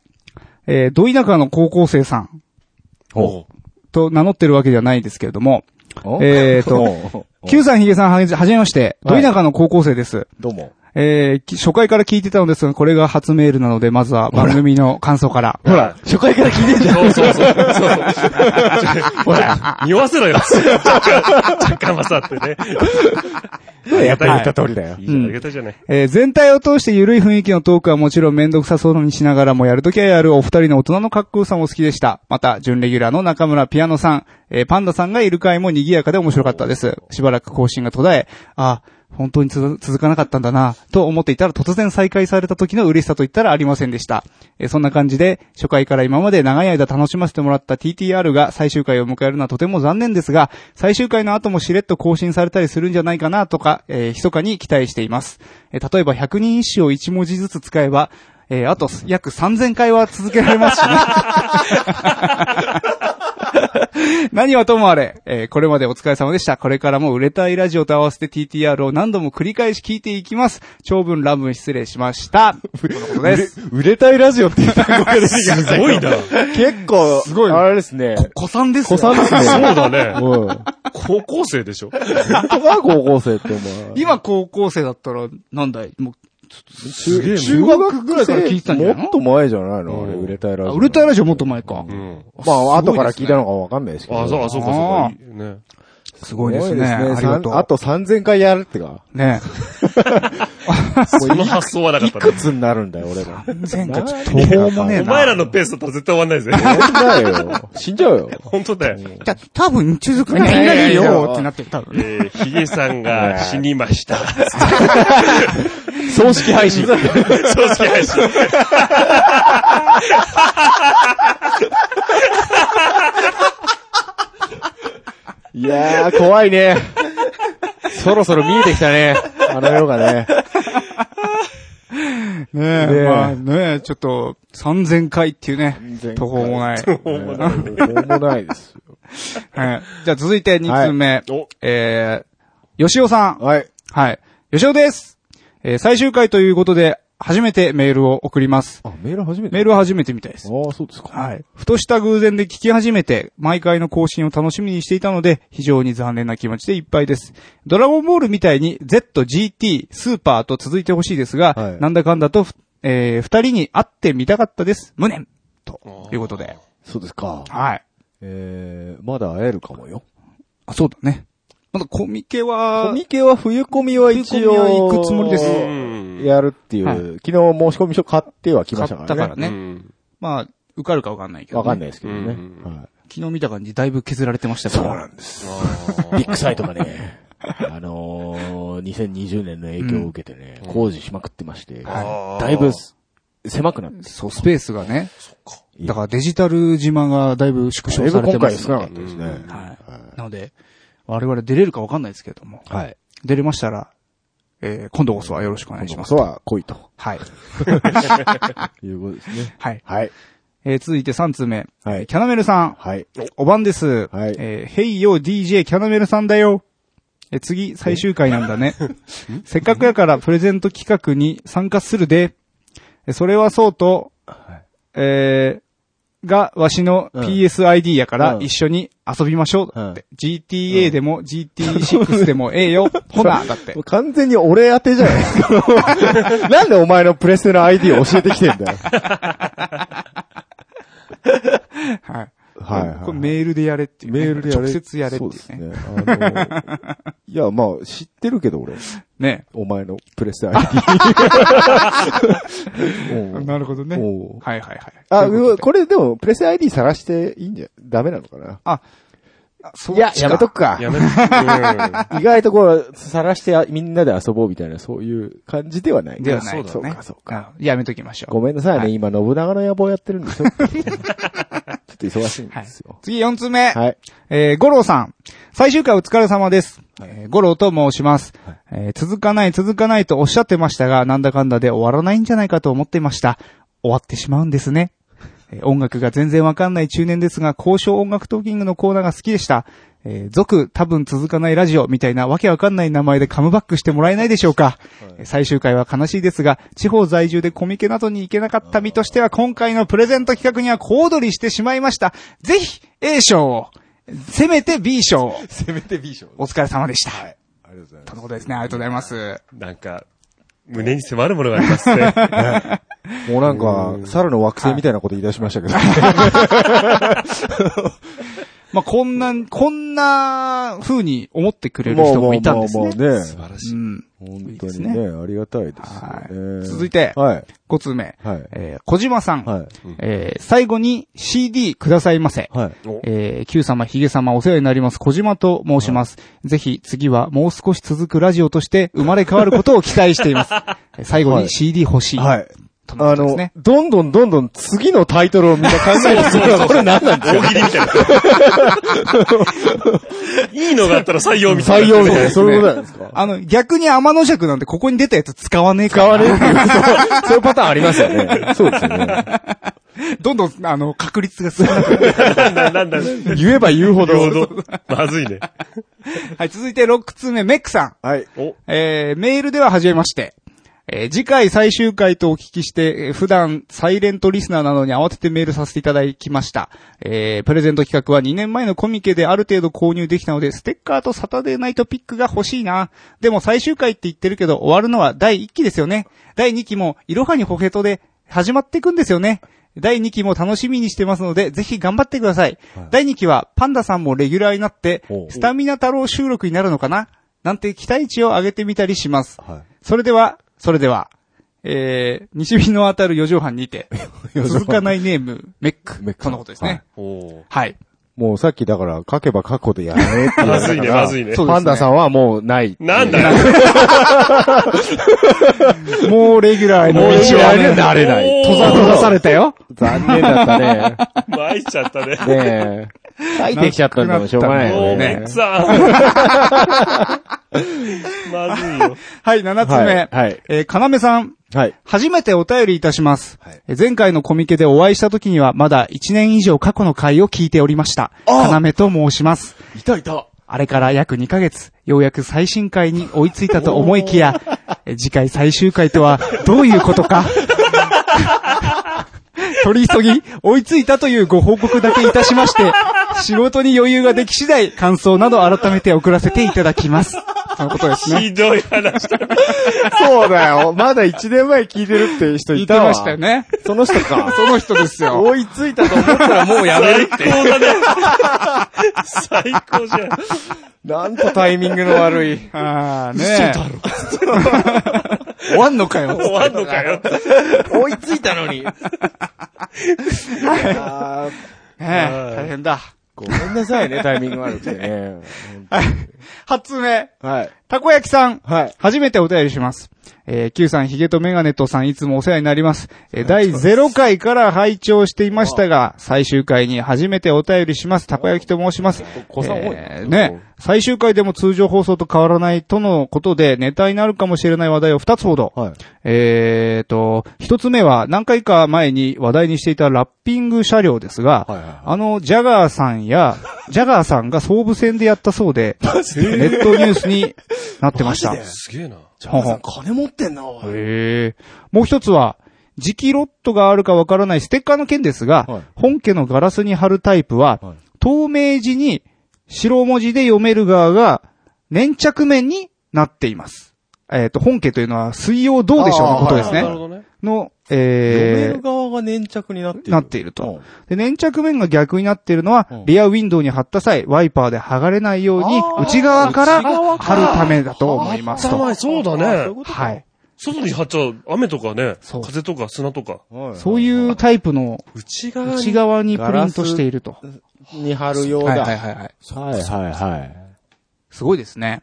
えー、ど田舎の高校生さん
おう
と名乗ってるわけではないんですけれども、
お
えーと、
おお
Q さん、ヒゲさん、はじはじめまして、
は
ど
い
田舎の高校生です。
どうも。
えーき初回から聞いてたのですが、これが初メールなので、まずは番組の感想から。
ほら、初回から聞いてんじゃん。
そうそうそう。そうそ うほら、匂わせろよ。若干はさってね。
やっぱり言った通りだよ。
いいじゃん、ありがたいじゃない。
えー全体を通して緩い雰囲気のトークはもちろんめんどくさそうにしながらもやるときはやるお二人の大人の格好さも好きでした。また、準レギュラーの中村ピアノさん、えーパンダさんがいる回も賑やかで面白かったです。しばらく更新が途絶え、あ、本当につ続かなかったんだな、と思っていたら突然再開された時の嬉しさといったらありませんでした。えーそんな感じで、初回から今まで長い間楽しませてもらった TTR が最終回を迎えるのはとても残念ですが、最終回の後もしれっと更新されたりするんじゃないかなとか、えー密かに期待しています。えー例えば100人一首を1文字ずつ使えば、えーあと約3000回は続けられますし ね。何はともあれ、えーこれまでお疲れ様でした。これからも売れたいラジオと合わせて TTR を何度も繰り返し聞いていきます。長文乱文失礼しました。とのことです。
売れたいラジオって言ったら
すごいな。そ
結構、すごい。あれですね。
子さんです
子さんですね。
うだね。
うん。本
高校生でしょ。
当だ、高校生ってお前。
今高校生だったら、なんだいも
すげえな
中学ぐらいから
聞いてたんじゃないの
もっと前じゃないのあれ、売れたいうラジオ。
売れたいラジオもっと前か。
うん。
まあ、
す
後
ごいですね
から聞いたのかわかんないですけど。
あ、そう、あ、そうか、
あ
そうか。ね。
す
す
ごいですね。ありがとう。
あと3000回やるってか。
ね
その発想はなかった
い
ね
く。つになるんだよ、俺ら。
前回ちょっと途
何
方もねえ
お
な。
前らのペースだったら絶対終わんないぜ。
死んじゃうよ。死んじゃうよ。
本当だよ。
じゃ、多分続くないやいいよってなってる、多分。
えー、ヒゲさんが死にました。
葬式配信。
葬式配信。
いやー、怖いね。そろそろ見えてきたね。あの世がね。
ね
ねえ
え、まあねえ、ちょっと、3000回っていうね、途方もない。
どうもないですよ。
はいじゃあ続いて2通目。
お
えー、吉尾さん。
はい。
はい。吉尾です。えー、最終回ということで、初めてメールを送ります。
あ、メール初めて
メールは初めてみたいです。
ああ、そうですか。
はい。ふとした偶然で聞き始めて、毎回の更新を楽しみにしていたので、非常に残念な気持ちでいっぱいです。ドラゴンボールみたいに Z、GT、スーパーと続いてほしいですが、
はい
なんだかんだとふ、えー二人に会ってみたかったです。無念ということで。
そうですか。
はい。
えー、まだ会えるかもよ。
あ、そうだね。まだコミケは、
コミケは冬コミは一応。
冬コミは行くつもりです
うん
やるっていう、
はい
昨日申し込み書買ってはきましたからね。
買ったからね
うん
まあ、受かるかわかんないけど、。
わかんないいですけどね。
うん
はい
昨日見た感じ、だいぶ削られてましたから。そうなんです。
ビッグサイトが ね、あのー、2020年の影響を受けてね、工事しまくってまして、
はい
だいぶす狭くなって、
そう、スペースがね。だからデジタル島がだいぶ縮
だ
小
いぶ
されて
今
ま
回
す
少なかったですね。
はい。なので、我々出れるかわかんないですけれども、
はい。
出れましたら、えー今度こそはよろしくお願いし
今
ま
こそ。
す
は来いと
はい。
いうことですね。
はい。
はい。
えー続いて3通目。
はい
キャナメルさん、
はい。
おばんです。
はい
えー、ヘイヨー DJ キャナメルさんだよ。え、次、最終回なんだね。 せっかくやからプレゼント企画に参加するで。えそれはそうと、えーが、わしの
うん
PSID やから
うん
一緒に遊びましょう。
うん
って GTA でも GT6 でもええ よ。ほな、だって
もう。完全に俺宛てじゃないです か。なんでお前のプレステの ID を教えてきてんだよ。
はい。
はい、はい。
これメールでやれっていうね、
メールでやれ。
直接やれっていうね。
そうですね。あの、いや、まあ、知ってるけど俺、
ね
お前のプレステ ID。おう
なるほどね。
おう
はいはいはい。
あ、
ということで
これでも、プレステ ID 探していいんじゃ、ダメなのかな
あそっ
い
ち
や、
か
やめとくか。
やめて。う
意外とこう、晒してみんなで遊ぼうみたいな、そういう感じではない。
ではない
やそう
ね
か、そうか。
うんやめときましょう。
ごめんなさいね、
はい
今、信長の野望やってるんでしょちょっ と忙しいんですよ。
次4つ目。
はい。
えー、五郎さん。最終回お疲れ様です。えー、五郎と申します、えー続かない続かないとおっしゃってましたが、なんだかんだで終わらないんじゃないかと思っていました。終わってしまうんですね。えー音楽が全然わかんない中年ですが、交渉音楽トーキングのコーナーが好きでした。えー、続、多分続かないラジオみたいなわけわかんない名前でカムバックしてもらえないでしょうか。えー最終回は悲しいですが、地方在住でコミケなどに行けなかった身としては、今回のプレゼント企画には小躍りしてしまいました。ぜひ、A 賞を。せめて B 賞を。
せめて B 賞。
お疲れ様でした。
ありがとうございます。
とのことですね。ありがとうございます。
んなんか、胸に迫るものがありますね。
もうなんか、猿の惑星みたいなこと言い出しましたけど。
まあ、こんな、こんな風に思ってくれる人もいたんですね。
まあまあまあまあね
素晴らし
う
い。
ん。
本
い
当
です
に
ね
ね、ありがたいですよ
は
ね。
い。続いて、
はい。
5つ目。
はい
えー小島さん。
はい。
えー最後に CD くださいませ。
はい。
お
えー、Q 様、ヒゲ様、お世話になります。小島と申します。ぜひ、次はもう少し続くラジオとして生まれ変わることを期待して います。えー最後
は
に
い
CD 欲しい。
はい。
との
あ
ことです
の
ね。、
どんどんどんどん次のタイトルをみんな考えてるこれ何なんです
大喜利みたいな。いいのがあったら採用みた
採
いな。
用みたいな、そういうことなんですか
あの、逆に天の尺なんてここに出たやつ使わねえか
使
ら。
われるっていう、そうそういうパターンありますよね。そうですよね。
どんどん、あの、確率が少なくなる。
なんだなんだ。
言えば言う ほ
平
ど。
等。まずいね。
はい、続いて6つ目、メックさん。
はい。
お、
えー、メールでは初めまして。えー次回最終回とお聞きして、えー普段サイレントリスナーなどに慌ててメールさせていただきました。えー、プレゼント企画は2年前のコミケである程度購入できたので、ステッカーとサタデーナイトピックが欲しいな。でも最終回って言ってるけど、終わるのは第1期ですよね。第2期も、いろはにほへとで始まっていくんですよね。第2期も楽しみにしてますので、ぜひ頑張ってください。第2期は、パンダさんもレギュラーになって
お、う
スタミナ太郎収録になるのかななんて期待値を上げてみたりします。
は
それでは、それでは、えー、西日の当たる4畳半 にて、
い。
続かないネーム、メック。
メック
とのことですね。
お
はい。
もうさっきだから書けば書くほどやめって言われた
まずい
か
ね、
ら
まずいね。
そうですね
パンダさんはもうない。
なんだよ。
もうレギュラーへの
もうレギュ
道
ラ
は
ーに
ね、
はなれない
閉ざ閉ざされたよ。
残念だったね。
参っちゃったね。
ねえ。書いてきちゃったんだもんしょうがない
も
よ
う、メッ
ね
ク。さん。まずいよ。
はい、7つ目。
はいはい
えー、かなめさん。
はい。
初めてお便りいたします。
はい
え前回のコミケでお会いした時にはまだ1年以上過去の回を聞いておりました。
あ
かなめと申します。
いたいた。
あれから約2ヶ月、ようやく最新回に追いついたと思い きや、え次回最終回とはどういうことか。 取り急ぎ、追いついたというご報告だけいたしまして、仕事に余裕ができ次第、感想など改めて送らせていただきます。とのことですね。
ひどい話だ。
そうだよ。まだ1年前聞いてるって人
言
い
って
たわ。
ましたよ。ね。
その人か。
その人です よ。
追いついたと思ったらもうやめ
最
る
高。だね。最高じゃん。
なんとタイミングの悪い。
ああ、ね え。終わんのかよ。
終わんのかよ。
追いついたのに。
ええ大変だ。
ごめんなさいね、タイミング悪くてね。
初目。
はい。
たこ焼きさん。
はい。
初めてお便りします。えー、Q さん、ヒゲとメガネとさん、いつもお世話になります。えー、第0回から拝聴していましたが、最終回に初めてお便りします。たこ焼きと申します。
子さん多い
えーね。最終回でも通常放送と変わらないとのことで、ネタになるかもしれない話題を2つほど。
はい。
えーと、1つ目は何回か前に話題にしていたラッピング車両ですが、
はいはいはい
あの、ジャガーさ んや、ジャガーさんが総武線でやったそうで、ネットニュースになってました。
マジで
ですげえな。
ジャガーさん金持ってんな、おい。
へえ。もう一つは、磁気ロットがあるかわからないステッカーの件ですが、
はい
本家のガラスに貼るタイプは、
はい
透明時に白文字で読める側が粘着面になっています。えっ、と、本家というのは水曜どうでしょうのことです
あー
ね。
なるほどね。
の、
読め
え
る側が粘着になってい
ー、
る。
なっていると。で、粘着面が逆になっているのは
うん、
リアウィンドウに貼った際、ワイパーで剥がれないように、内側から貼るためだと思います
あった
と。
まい、そうだね。
はい。
外に張っちゃう、雨とかね、
そう
風とか砂とか。
うん。はい
そういうタイプの
内側
内側にプリントしていると。
に貼るようだ。
はいはいはいはい。
はいはいはい。
すごいですね。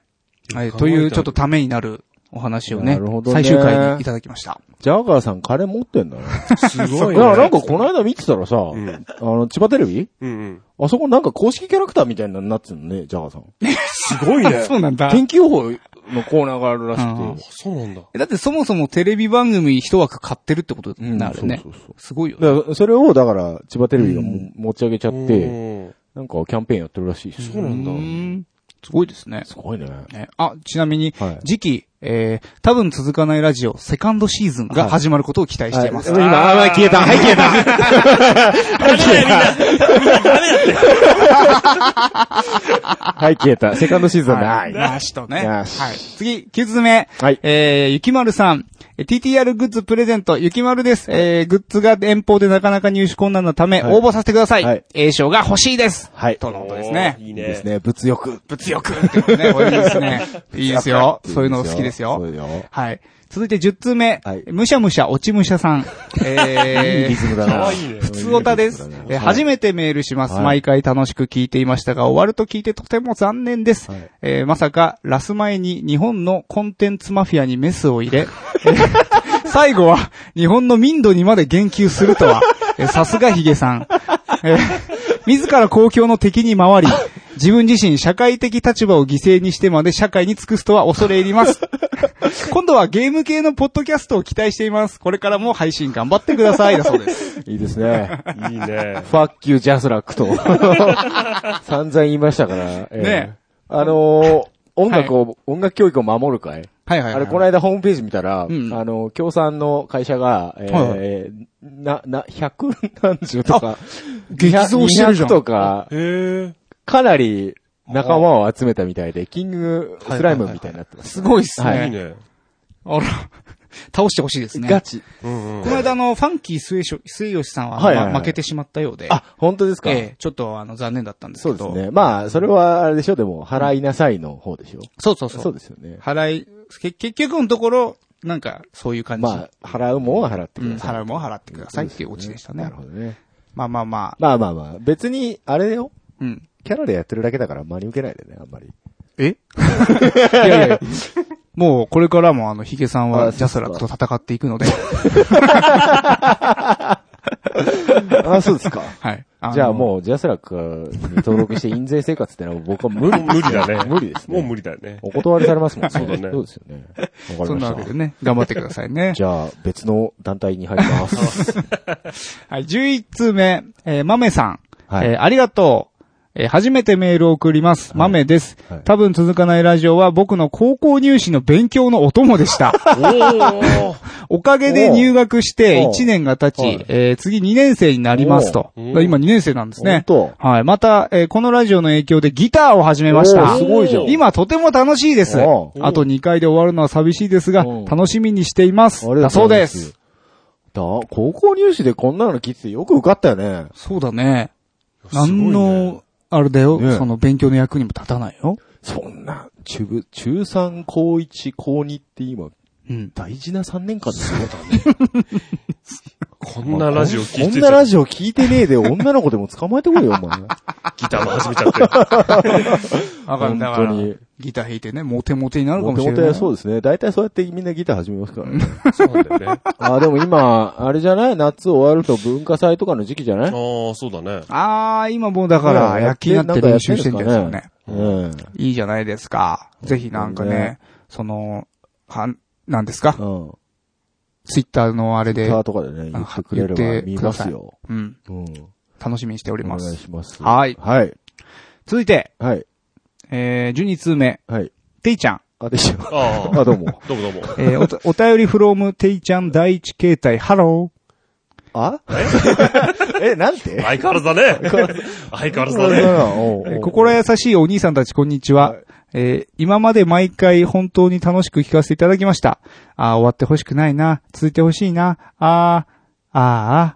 はい。という、ちょっとためになるお話をね
なるほ、どね
最終回にいただきました。
ジャガーさん金持ってんだね。
すごい
い
ね。
や、なんかこの間見てたらさ、
うん
あの、千葉テレビ
うんうん。
あそこなんか公式キャラクターみたいになってんのね、ジャガーさん。
すごいね。
そうなんだ。
天気予報のコーナーがあるらし
うん
くて。
そうなんだ。
だってそもそもテレビ番組一枠買ってるってことになるね
うんそうそうそ。
すごいよね。
だからそれを、だから、千葉テレビがも持ち上げちゃって、
うん
なんかキャンペーンやってるらしいし。
そうなんだ。
んすごいですね。
すごいね。
ねあ、ちなみに
はい、
次期、えー、多分続かないラジオ、セカンドシーズンが始まることを期待しています。
はい今、あー、消えた。はい、消えた。はい、消えた。セカンドシーズンだ。はい。
なしとね。は
よ
い
し。
次、9つ目。
はい
えー、ゆきまるさん。えー TTR グッズプレゼント、ゆきまるです。えー、グッズが遠方でなかなか入手困難なため、
はい
応募させてください。
はい
A 賞が欲しいです。
はい。
とのことですね。
いい
いいで
ね
す。ね。物欲。
物欲っていうね、これいいですね。いいですよ。そういうの好きですよ。
そうよ。
はい。続いて10通目。
はい
むしゃむしゃ、おちむし ゃさん。
いい
え
リズムだな。
可愛いね
ー、普通おたです。えー初めてメールします。
はい
毎回楽しく聞いていましたが、終わると聞いてとても残念です。
はい
えーまさか、ラス前に日本のコンテンツマフィアにメスを入れ、えー最後は日本の民度にまで言及するとは、えーさすがヒゲさん。えー自ら公共の敵に回り、自分自身社会的立場を犠牲にしてまで社会に尽くすとは恐れ入ります。今度はゲーム系のポッドキャストを期待しています。これからも配信頑張ってください。だそうです。
いいですね。
いい
フ
ね。
ァッキュージャスラック と、散々言いましたから。ええ
ね
あのー音楽を、音楽教育を守る会
はいはいはい、
あれ、この間ホームページ見たら、
うん
あの、協賛の会社が、えー
はいはい
な、な、百何十とか、
激増してるじゃん
200とか、
へえ。
かなり仲間を集めたみたいで、キングスライムみたいになってます。
すごいっすね。
はい
いいね。
あら、倒してほしいですね。
ガチ。
うんう
この間、あの、ファンキー末吉末吉さんは、
はいはいはい
ま負けてしまったようで、
あ、本当ですか、
ええちょっと、あの、残念だったんですけ
そ
ど。
うですね。まあ、それは、あれでしょ、でも、払いなさいの方でしょ。
そうそうそう。
そうですよね。
払い、け結局のところ、なんか、そういう感じ。
まあ、払うもんは払って
う
く
ん、
ださい。
払うもん払ってくださいっていうオチでしたね。
なるほどね。
まあまあまあ、
まあまあまあ、別に、あれよ、
うん。
キャラでやってるだけだから真に受けないでね、あんまり。
えいや いやもう、これからも、あの、ヒゲさんは、
あ
ジャスラックと戦っていくので、
あ、そうですか。
はい。の
じゃあもう、ジャスラックに登録して印税生活ってのは僕は無理
ん。無理だね。
無理ですね
もう無理だよね。
お断りされますもんね。
そうだね
そうですよね。わか
そ
り
ん
ま
なわけで
した。
ね、頑張ってくださいね。
じゃあ、別の団体に入ります。
はい、11通目、えー、豆さん。
はい
えーありがとう。えー初めてメールを送ります。豆です、
はい
多分続かないラジオは僕の高校入試の勉強のお供でし た。
おー
おかげで入学して
おう
1年が経
は
ち
い、
えー次2年生になりますと。
おう
だから今2年生なんですね。
本
はい。また、えーこのラジオの影響でギターを始めました。
おうすごいじゃん
今とても楽しいです。
おう
あと2回で終わるのは寂しいですが
お、う
楽しみにしています。
あり
だ
がと
そう
ご
う
ざい
で
ます
す。。
だ、高校入試でこんなの聞いててよく受かったよね。
そうだね。
すごいね
何の、あれだよ、
ね
その勉強の役にも立たないよ。
そんな、中部、中3、高1、高2って今、
うん。
大事な3年間ですよ。
こんなラジオ聞いて
こんなラ
ジ
ジオ聞いてねえで、女の子でも捕まえてこいよ、お前。
オギターも始めちゃって。
わ
本当に。
ギター弾いてね、モテモテになるか
も
もし
と
れ
も
ない。
とそうですね。大体そうやってみんなギター始めますからね。
そうなんだよね。あ
あ、でも今、あれじゃない夏終わると文化祭とかの時期じゃない
あ、そう だね。
あー、今もうだから、
や
野
っ
球になって練習してんじゃないですか
なん
ね
か。うん。
いいじゃないですか。ぜひなんかね
ね、
その、はん、なんですか
うん。
ツイッターのあれで
タ、ーとかでね、言ってくれれば見ますよ。
うん、
うん。
楽しみにしており
お
ま
願い
す。
します。
はい
はい。
続いて、
はい。
えー、12通目、
はい。
ていちゃん。
あ、でしょ。
ああ、
あ、どう も。
どうもどうも。
えー、お、お便りフロームていちゃん第一形態、ハロ
あえ、 なんて
相変わらず だね。相変わらずだね。
ー。えー心優しいお兄さんたち、こんにちは。
はい
えー今まで毎回本当に楽しく聞かせていただきました。あー終わってほしくないな。続いてほしいな。あー、あー。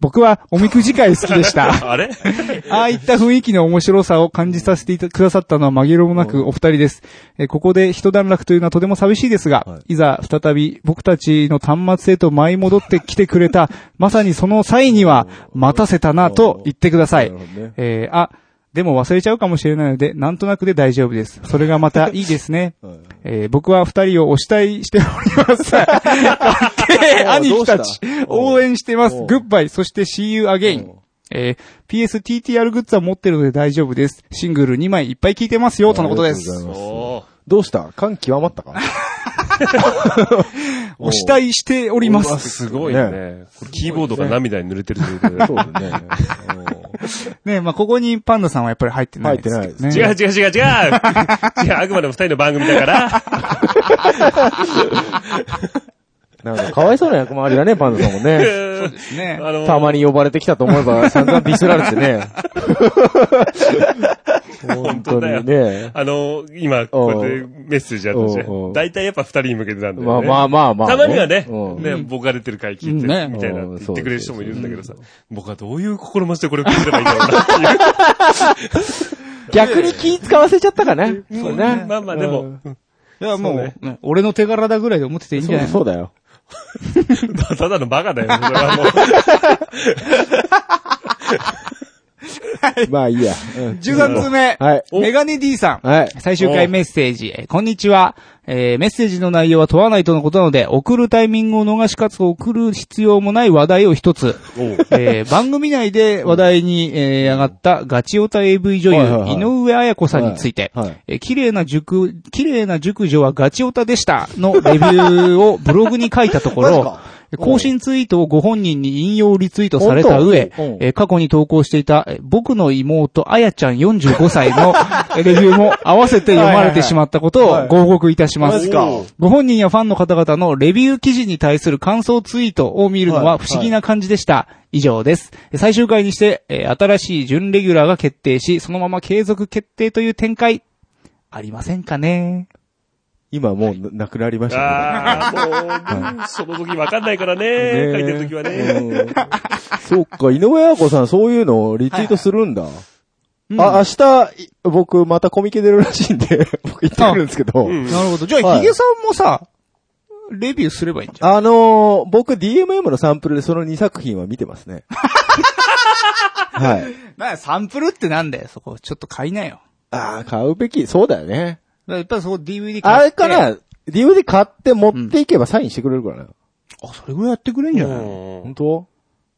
僕はおみくじ会好きでした。
あれ
ああいった雰囲気の面白さを感じさせていたくださったのは紛れもなくお二人です。えーここで一段落というのはとても寂しいですが、、
はい
ざ再び僕たちの端末へと舞い戻ってきてくれた、まさにその際には、待たせたなと言ってください
な。るほどね
えーあ、でも忘れちゃうかもしれないので、なんとなくで大丈夫です。それがまたいいですね。
うん
えー僕は二人をお慕いしておりま す。かっけえ
おう
兄貴たち
どうしたおう
応援してます。
おう
グッバイ、そして See you again.
おう
えー PSTTR グッズは持ってるので大丈夫です。シングル2枚いっぱい聴いてますよ、とのことで
ありがと
す。
うございます
おー
どうした感極まったか
お慕いしておりま
うわ
す。
すごいね。
ね
これキーボードが涙に濡れてる状態で。
そうだね。
ねまあここにパンダさんはやっぱり入ってないですけど
入
ね。
って
違う違う 違う違う違う、あくまでも二人の番組だから、
なんか、かわいそうな役回りだね、パンダさんもね。
そうです
ね
あ の、
たまに呼ばれてきたと思えば、 散々ディスられてね。 本当にね。
あの、今、こうやってメッセージあったじゃ
おうお
ん。
う
大体やっぱ二人に向けてなんだ
ま
よ
あ
ね。
まあまあまあ。
たまにはね、
うん
ね、僕が出てる回聞いて、
ね
みたいなって言ってくれる人もいるんだけどさ、僕はどういう心持ちでこれを聞いてればいいんだろうなっていう。
逆に気使わせちゃったかな。
うんまあまあでも、
い
そ
や、もう、
うね
ね俺の手柄だぐらいで思ってていいんじ
そ
ゃ
う
ない
そうだよ。
ただのバカだよ、それ はもう。
まあいいや。うん
13通目。
はい
メガネ D さん。
はい
最終回メッセージ。えーこんにちは。えーメッセージの内容は問わないとのことなので、送るタイミングを逃しかつ送る必要もない話題を一つ。
おう
えー番組内で話題に、えー上がったガチオタ AV 女優、
はいはいはい
井上彩子さんについて、
はいはい
えー綺麗な熟、綺麗な熟女はガチオタでしたのレビューをブログに書いたと こ
マジ
ろ
か、
更新ツイートをご本人に引用リツイートされた上
本当うん、
えー過去に投稿していた、えー僕の妹、あやちゃん45歳のレビューも合わせて読まれてしまったことをご報告いたします。
か。
ご本人やファンの方々のレビュー記事に対する感想ツイートを見るのは不思議な感じでした。以上です。最終回にして、えー新しい準レギュラーが決定し、そのまま継続決定という展開、ありませんかね
今もうななくなりました
ああ、もう、その時わかんないからね、書いてる時は
け
ね。
どね。うんそっか、井上彩子さんそういうのをリツイートするんだ。
うん
あ、明日、い僕またコミケ出るらしいんで、 僕行ってくるんですけど。
うん
なるほど。じゃ
はい
さんもさ、レビューすればいいんじ
あのー、僕 DMM のサンプルでその2作品は見てます ね。はい。
ん。なサンプルってなんだよ、そこ。ちょっと買いなよ。
ああ、買うべき。そうだよね。
やっぱりそこ DVD
あれか。な、DVD 買って持っていけばサインしてくれるからな。
あ、それぐらいやってくれんじゃない、
うん
本当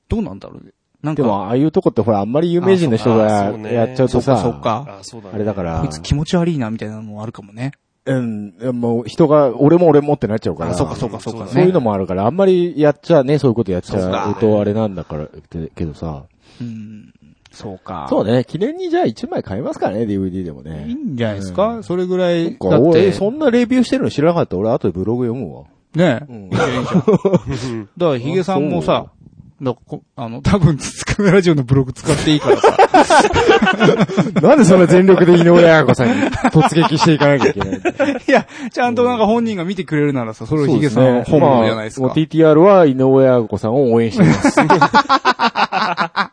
どうなんだろうね。なん
で
か、
も、ああいうとこってほら、あんまり有名人の人
あ
が
そうね
やっちゃうと
そっか
さ、
そっか。
あそうだね。
あれだから
こい、つ気持ち悪いな、みたいなのもあるかもね。
うん、もう人が、俺も俺もってなっちゃうから、
あ、そうかそうかそうかね。
そういうのもあるから、あんまりやっちゃね、そういうことやっち
そう
ゃ
か
うとあれなんだから、けけどさ。
うん。そうか。
そうね、記念にじゃあ1枚買いますからね、DVD でも
いい
ね。
んじゃないですか、それぐらい。
そっ
だ
か
っ
俺、
て、
そんなレビューしてるの知らなかった。俺、後でブログ読むわ。
ね。
ん
いいじゃんいいじゃんだから、ヒゲさんもさ、だからこあの、多分、つつかめラジオのブログ使っていいからさ。
なんでそんな全力で井上彩 子さんに突撃していかなきゃいけない
いや、ちゃんとなんか本人が見てくれるならさ、それを
そ
ヒ
うで
ゲ
す
さん
ね
は本物じゃないです
まあ
か
もう。TTR は井上彩子さんを応援してい ます。は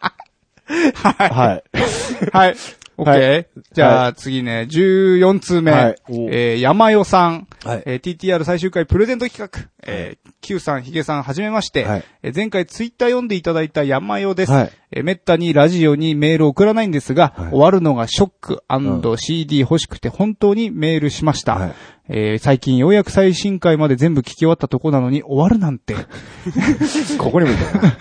い。
はい。オッケー。じゃあ、次ね、14通目。
はい
えー、山代さん。
はい
えー TTR 最終回プレゼント企画、えー、Q さん、ヒゲさん、はじめまして、
はい
えー前回ツイッター読んでいただいた山よです。
はい
えーめったにラジオにメールを送らないんですが、
はい
終わるのがショック
う
&CD 欲しくて本当にメールしました。
はい
えー最近ようやく最新回まで全部聞き終わったとこなのに終わるなんて。
ここにもいたな。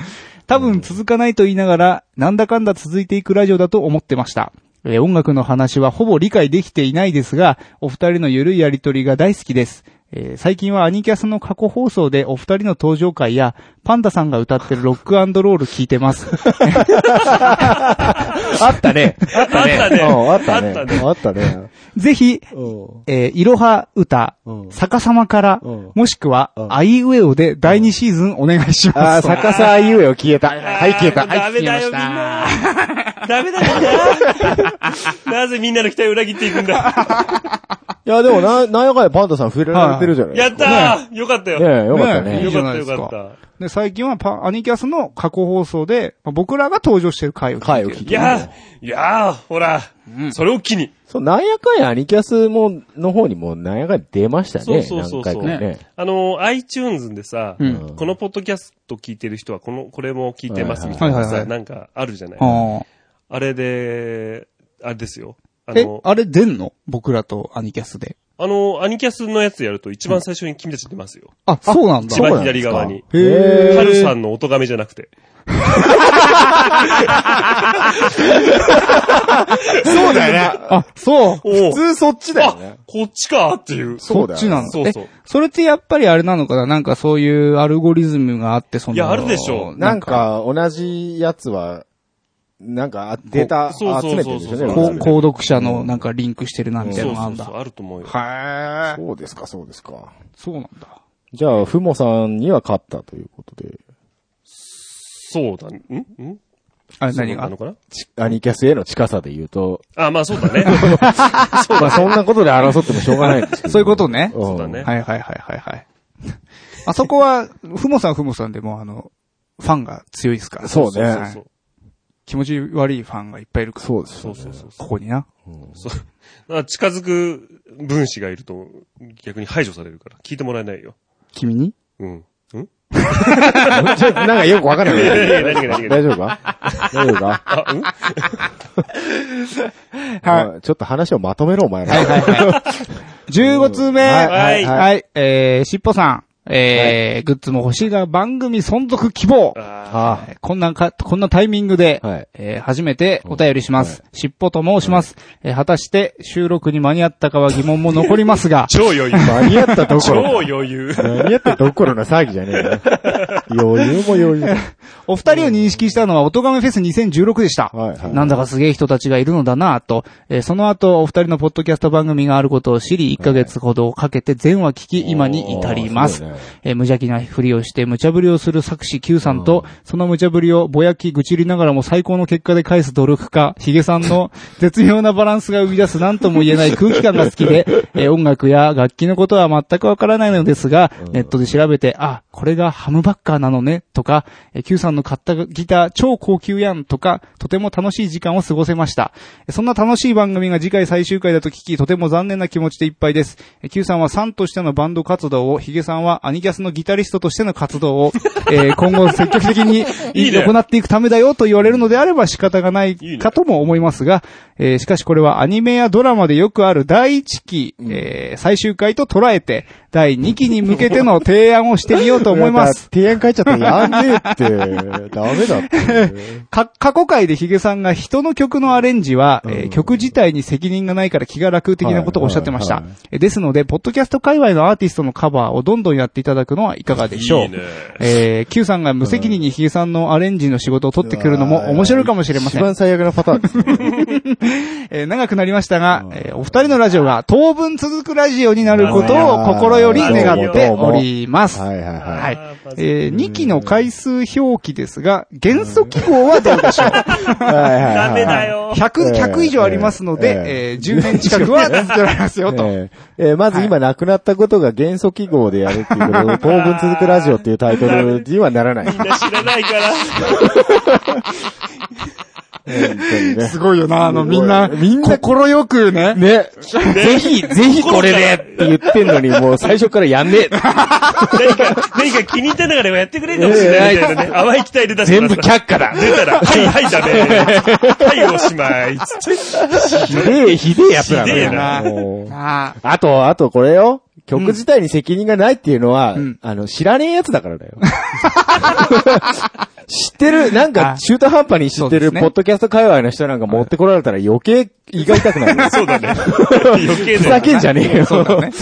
多分続かないと言いながら、なんだかんだ続いていくラジオだと思ってました。えー音楽の話はほぼ理解できていないですが、お二人のゆるいやりとりが大好きです。えー最近はアニキャスの過去放送でお二人の登場回や、パンダさんが歌ってるロックロール聞いて ます。
あった ね。
あったね。あ
う
った
んあっ
ね。
たね。あったね。
ぜひ、
うん
えーいろは歌、
うん
逆さまから
うん、
もしくは
う、ん
あいうえおで第2シーズンお願いし
あ
ま
あ、
す。
逆さあいうえを消えた。はい、消えた。
ダメだよ、みんな。ダメだよ、みんな。なぜみんなの期待を裏切っていく んだ。
いや、でもな、なんやかんやパンダさん触れられてるじゃない
やったーよかったよ。
ねえ、よかった
ねえ
ね。
よ
じゃ
か
な
った
いで
よ
すか
かった。
で、最近はパ、アニキャスの過去放送で、まあ僕らが登場してる回を聞い
回を
て
聞い
る。
い
て。
やー、いやー、ほら、それを機に。
そう、なんやかんやアニキャスも、の方にも、なんやかんや出ましたね。
そうそうそうそう
何回かね。
あのー、iTunes でさ、
うん
このポッドキャスト聞いてる人は、この、これも聞いてますみた
はいいはい
な
はいは
さ、
いはい
なんかあるじゃない。
あ
あれで、あれですよ。あ
あえ
の、、
あれ出んの僕らとアニキャスで。
あの、アニキャスのやつやると一番最初に君たち出ますよ。
あ、そうなんだ。
一番左側に。
へー
カルさんの音亀じゃなくて。
そうだよね。
あ、そう。
お
普通
う
そっちだよ
あ
ね。、
こっちかっていう。
そう
こ
だ
っ
よ
ちなの。
そうそう
え、それってやっぱりあれなのかななんかそういうアルゴリズムがあって、その。
いやあるでしょう
なん、か、同じやつは、なんか、データ集
そうそう
めてるんでしょ
そうそう
ね
こ
そう
う。購読者のなんかリンクしてるな、みたい
そ
な
うそ
のがある
う
んだ。
そう、あると思うよ。
へー
そうですか、そうですか。
そうなんだ。
じゃあ、ふもさんには勝ったということで、
そうだ、んん
あれ
そ
何
うな
が
のかな
ちアニキャスへの近さで言うと、
あ、まあそうだね。
まあそんなことで争ってもしょうがないんですけど。
そういうことね
ん
そうだね
はいはいはいはいはい。 あそこは、ふもさんはふもさんでもうあの、ファンが強いですから。
そうね
そう
は
そ
いう気持ち悪いファンがいっぱいいるから。
そうです
そ
よ
う
ね。
そうそう
ここにな。
そう。だから近づく分子がいると逆に排除されるから、聞いてもらえないよ。
君に
うん。うん
ちょっとなんかよくわかんない
いやいやいや何が何が
大丈夫か大丈夫か
あ、うん
まあちょっと話をまとめろ、お前ら。
15通目。
はい
はい
はい。えー、しっぽさん。えーグッズも欲しいが番組存続希望。
あ、
は
えーこんなか、こんなタイミングで、
はい
えー初めてお便りします。しっぽと申します。えー果たして収録に間に合ったかは疑問も残りますが
超余裕。
あ間に合ったどこ
超
ろか。
余裕。
間に合ったどころの騒ぎじゃねえよ。余裕も余裕。
お二人を認識したのは、おとがめフェス2016でした。
はいはい
なんだかすげえ人たちがいるのだなぁと、えーその後、お二人のポッドキャスト番組があることを知り、1ヶ月ほどかけて全話聞き、今に至ります
おーすごいね。
えー無邪気なふりをして無茶ぶりをする作詞 Q さんと、その無茶ぶりをぼやき愚痴りながらも最高の結果で返す努力家、ヒゲさんの 絶妙なバランスが生み出す何とも言えない空気感が好きで、えー音楽や楽器のことは全くわからないのですが、ネットで調べて、あ、これがハムバッカーなのね、とか、えー Q さんの買ったギター超高級やん、とか、とても楽しい時間を過ごせました。えーそんな楽しい番組が次回最終回だと聞き、とても残念な気持ちでいっぱいです。えー Q さんはさんとしてのバンド活動を、ヒゲさんはアニキャスのギタリストとしての活動を、えー今後積極的に
いいね
行っていくためだよと言われるのであれば仕方がないかとも思いますが、えーしかしこれはアニメやドラマでよくある第1期、えー最終回と捉えて、第2期に向けての提案をしてみようと思います。
提案書いちゃったらやんねえって。ダメだって。
か、過去回でヒゲさんが人の曲のアレンジは、えー曲自体に責任がないから気が楽的なことをおっしゃってまし
は
た
いはいは。
えーですので、ポッドキャスト界隈のアーティストのカバーをどんどんやっていただくのはいかがでしょう。
いいね
えー Q さんが無責任にヒゲさんのアレンジの仕事を取ってくるのも面白いかもしれませ
一
ん
番。最悪なパターンですね。
えー長くなりましたが、えーお二人のラジオが当分続くラジオになること
なる
ほ
を
ど
心より願っております。
はいはいは。
はいい。え2期の回数表記ですが、元素記号はどうでしょう
はいはいはい
ダメだ よ。
100、100以上ありますの
え
で、えー10年近くは続けられますよ、と。
ええええまず今亡くなったことが元素記号でやるっていうことを、当分続くラジオっていう タイトルにはならない。
みんな知らないから。
本当にね
す。ごいよな、あの、
すごい
みんな、
みんな
心よくね。
ね。
ぜ ひ、
ぜひこれでって言ってんのに、もう最初からやん ねえ。
何か、何か気に入ったながらやってくれるかもしれないみたいなね。淡い期待で出して
全部却下だ。
出たら、はい、はい、ダメ。はい、おしまい。つって
ひでえ、ひでえやつなの
ひでえ
よ
な
もう
なあ。
あと、あとこれよ。曲自体に責任がないっていうのは、
ん
あの、知らねえやつだからだよ。 知ってる、なんか
あ
中途半端に知っ
そう
て
で
る
すね
ポッドキャスト界隈の人なんか持ってこられたら余 計胃が痛くなるよ。
そうだね。余計
ふ
だ
ざ
よ。
けんじゃねえよ。
そうだね。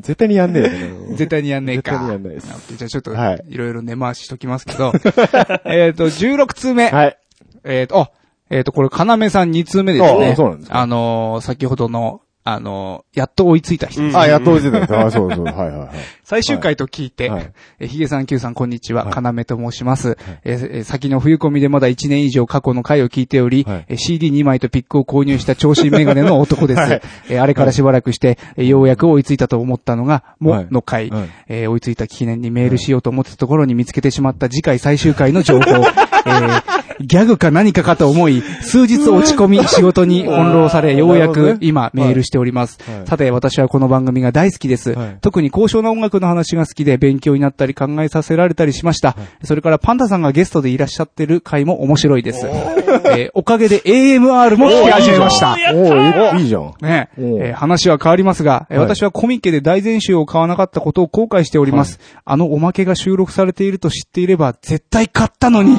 絶対にやんねえよ ね。
絶対にやんねえか。
絶対にやんないです
オッケーじゃあちょっと、
はい
い。ろいろ根回ししときますけど。 えっと、16通目。
はい。
えっと、あ、えっと、これ、かなめさん2通目です
あ
ね。
あそうなんですか
あのー、先ほどの、あのー、やっと追いついた人です。
あ、やっと落ちてた。あ、そうそう。はいはいはい。
最終回と聞いて、
はい
えーひげさん、きゅうさん、こんにちは、
はい
かなめと申します。えーえー先の冬込みでまだ1年以上過去の回を聞いており、
はい
えー CD2 枚とピックを購入した長身メガネの男です。えーあれからしばらくして、えーようやく追いついたと思ったのが、
は
も
い
の回、
はい
えー追いついた記念にメールしようと思ってたところに見つけてしまった次回最終回の情 報、えーギャグか何かかと思い、数日落ち込み、仕事に翻弄され、ようや
なるほど
く
ね
今メールしております。
はい
さて、私はこの番組が大好きです。
はい
特に高尚な音楽の話が好きで勉強になったり考えさせられたりしました。それからパンダさんがゲストでいらっしゃってる回も面白いです。えーおかげで AMR も聞き始めました。
おおいいじゃん。
ねえ
おう
えー話は変わりますが、えー
はい
私はコミケで大全集を買わなかったことを後悔しております。あのおまけが収録されていると知っていれば絶対買ったのに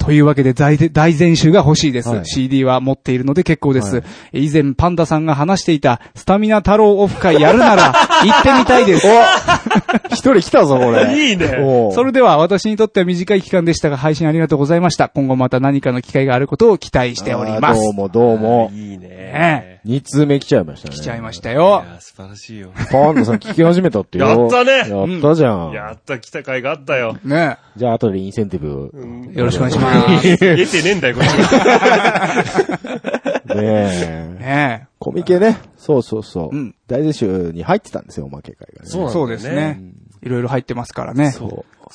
というわけで大全大全集が欲しいです、
はい
CD は持っているので結構です、
は
えー以前パンダさんが話していたスタミナ太郎オフ会やる なら行ってみたいです。
一人来たぞ、これ。
いいね
おう
それでは私にとっては短い期間でしたが配信ありがとうございました。今後また何かの機会があることを期待しておりま
あーどう
す。
もどうも。
いい
ね
ね。
二通目来ちゃいましたね。
来ちゃいました
い
よ。
や、素晴らしいよ。
パンダさん聞き始めたってよ。
やったね
やったじゃん。
やった、来た甲斐があった よ。
ね
じゃあ、後でインセンティブ。
えよろしくお願い します。
得てねえんだよ、こっちは。
ねえ。
ね
コミケね。そうそうそう。
うん
大前集に入ってたんですよ、おまけ会がね。
そうなんだよね
そうですね。いろいろ入ってますからね。
そ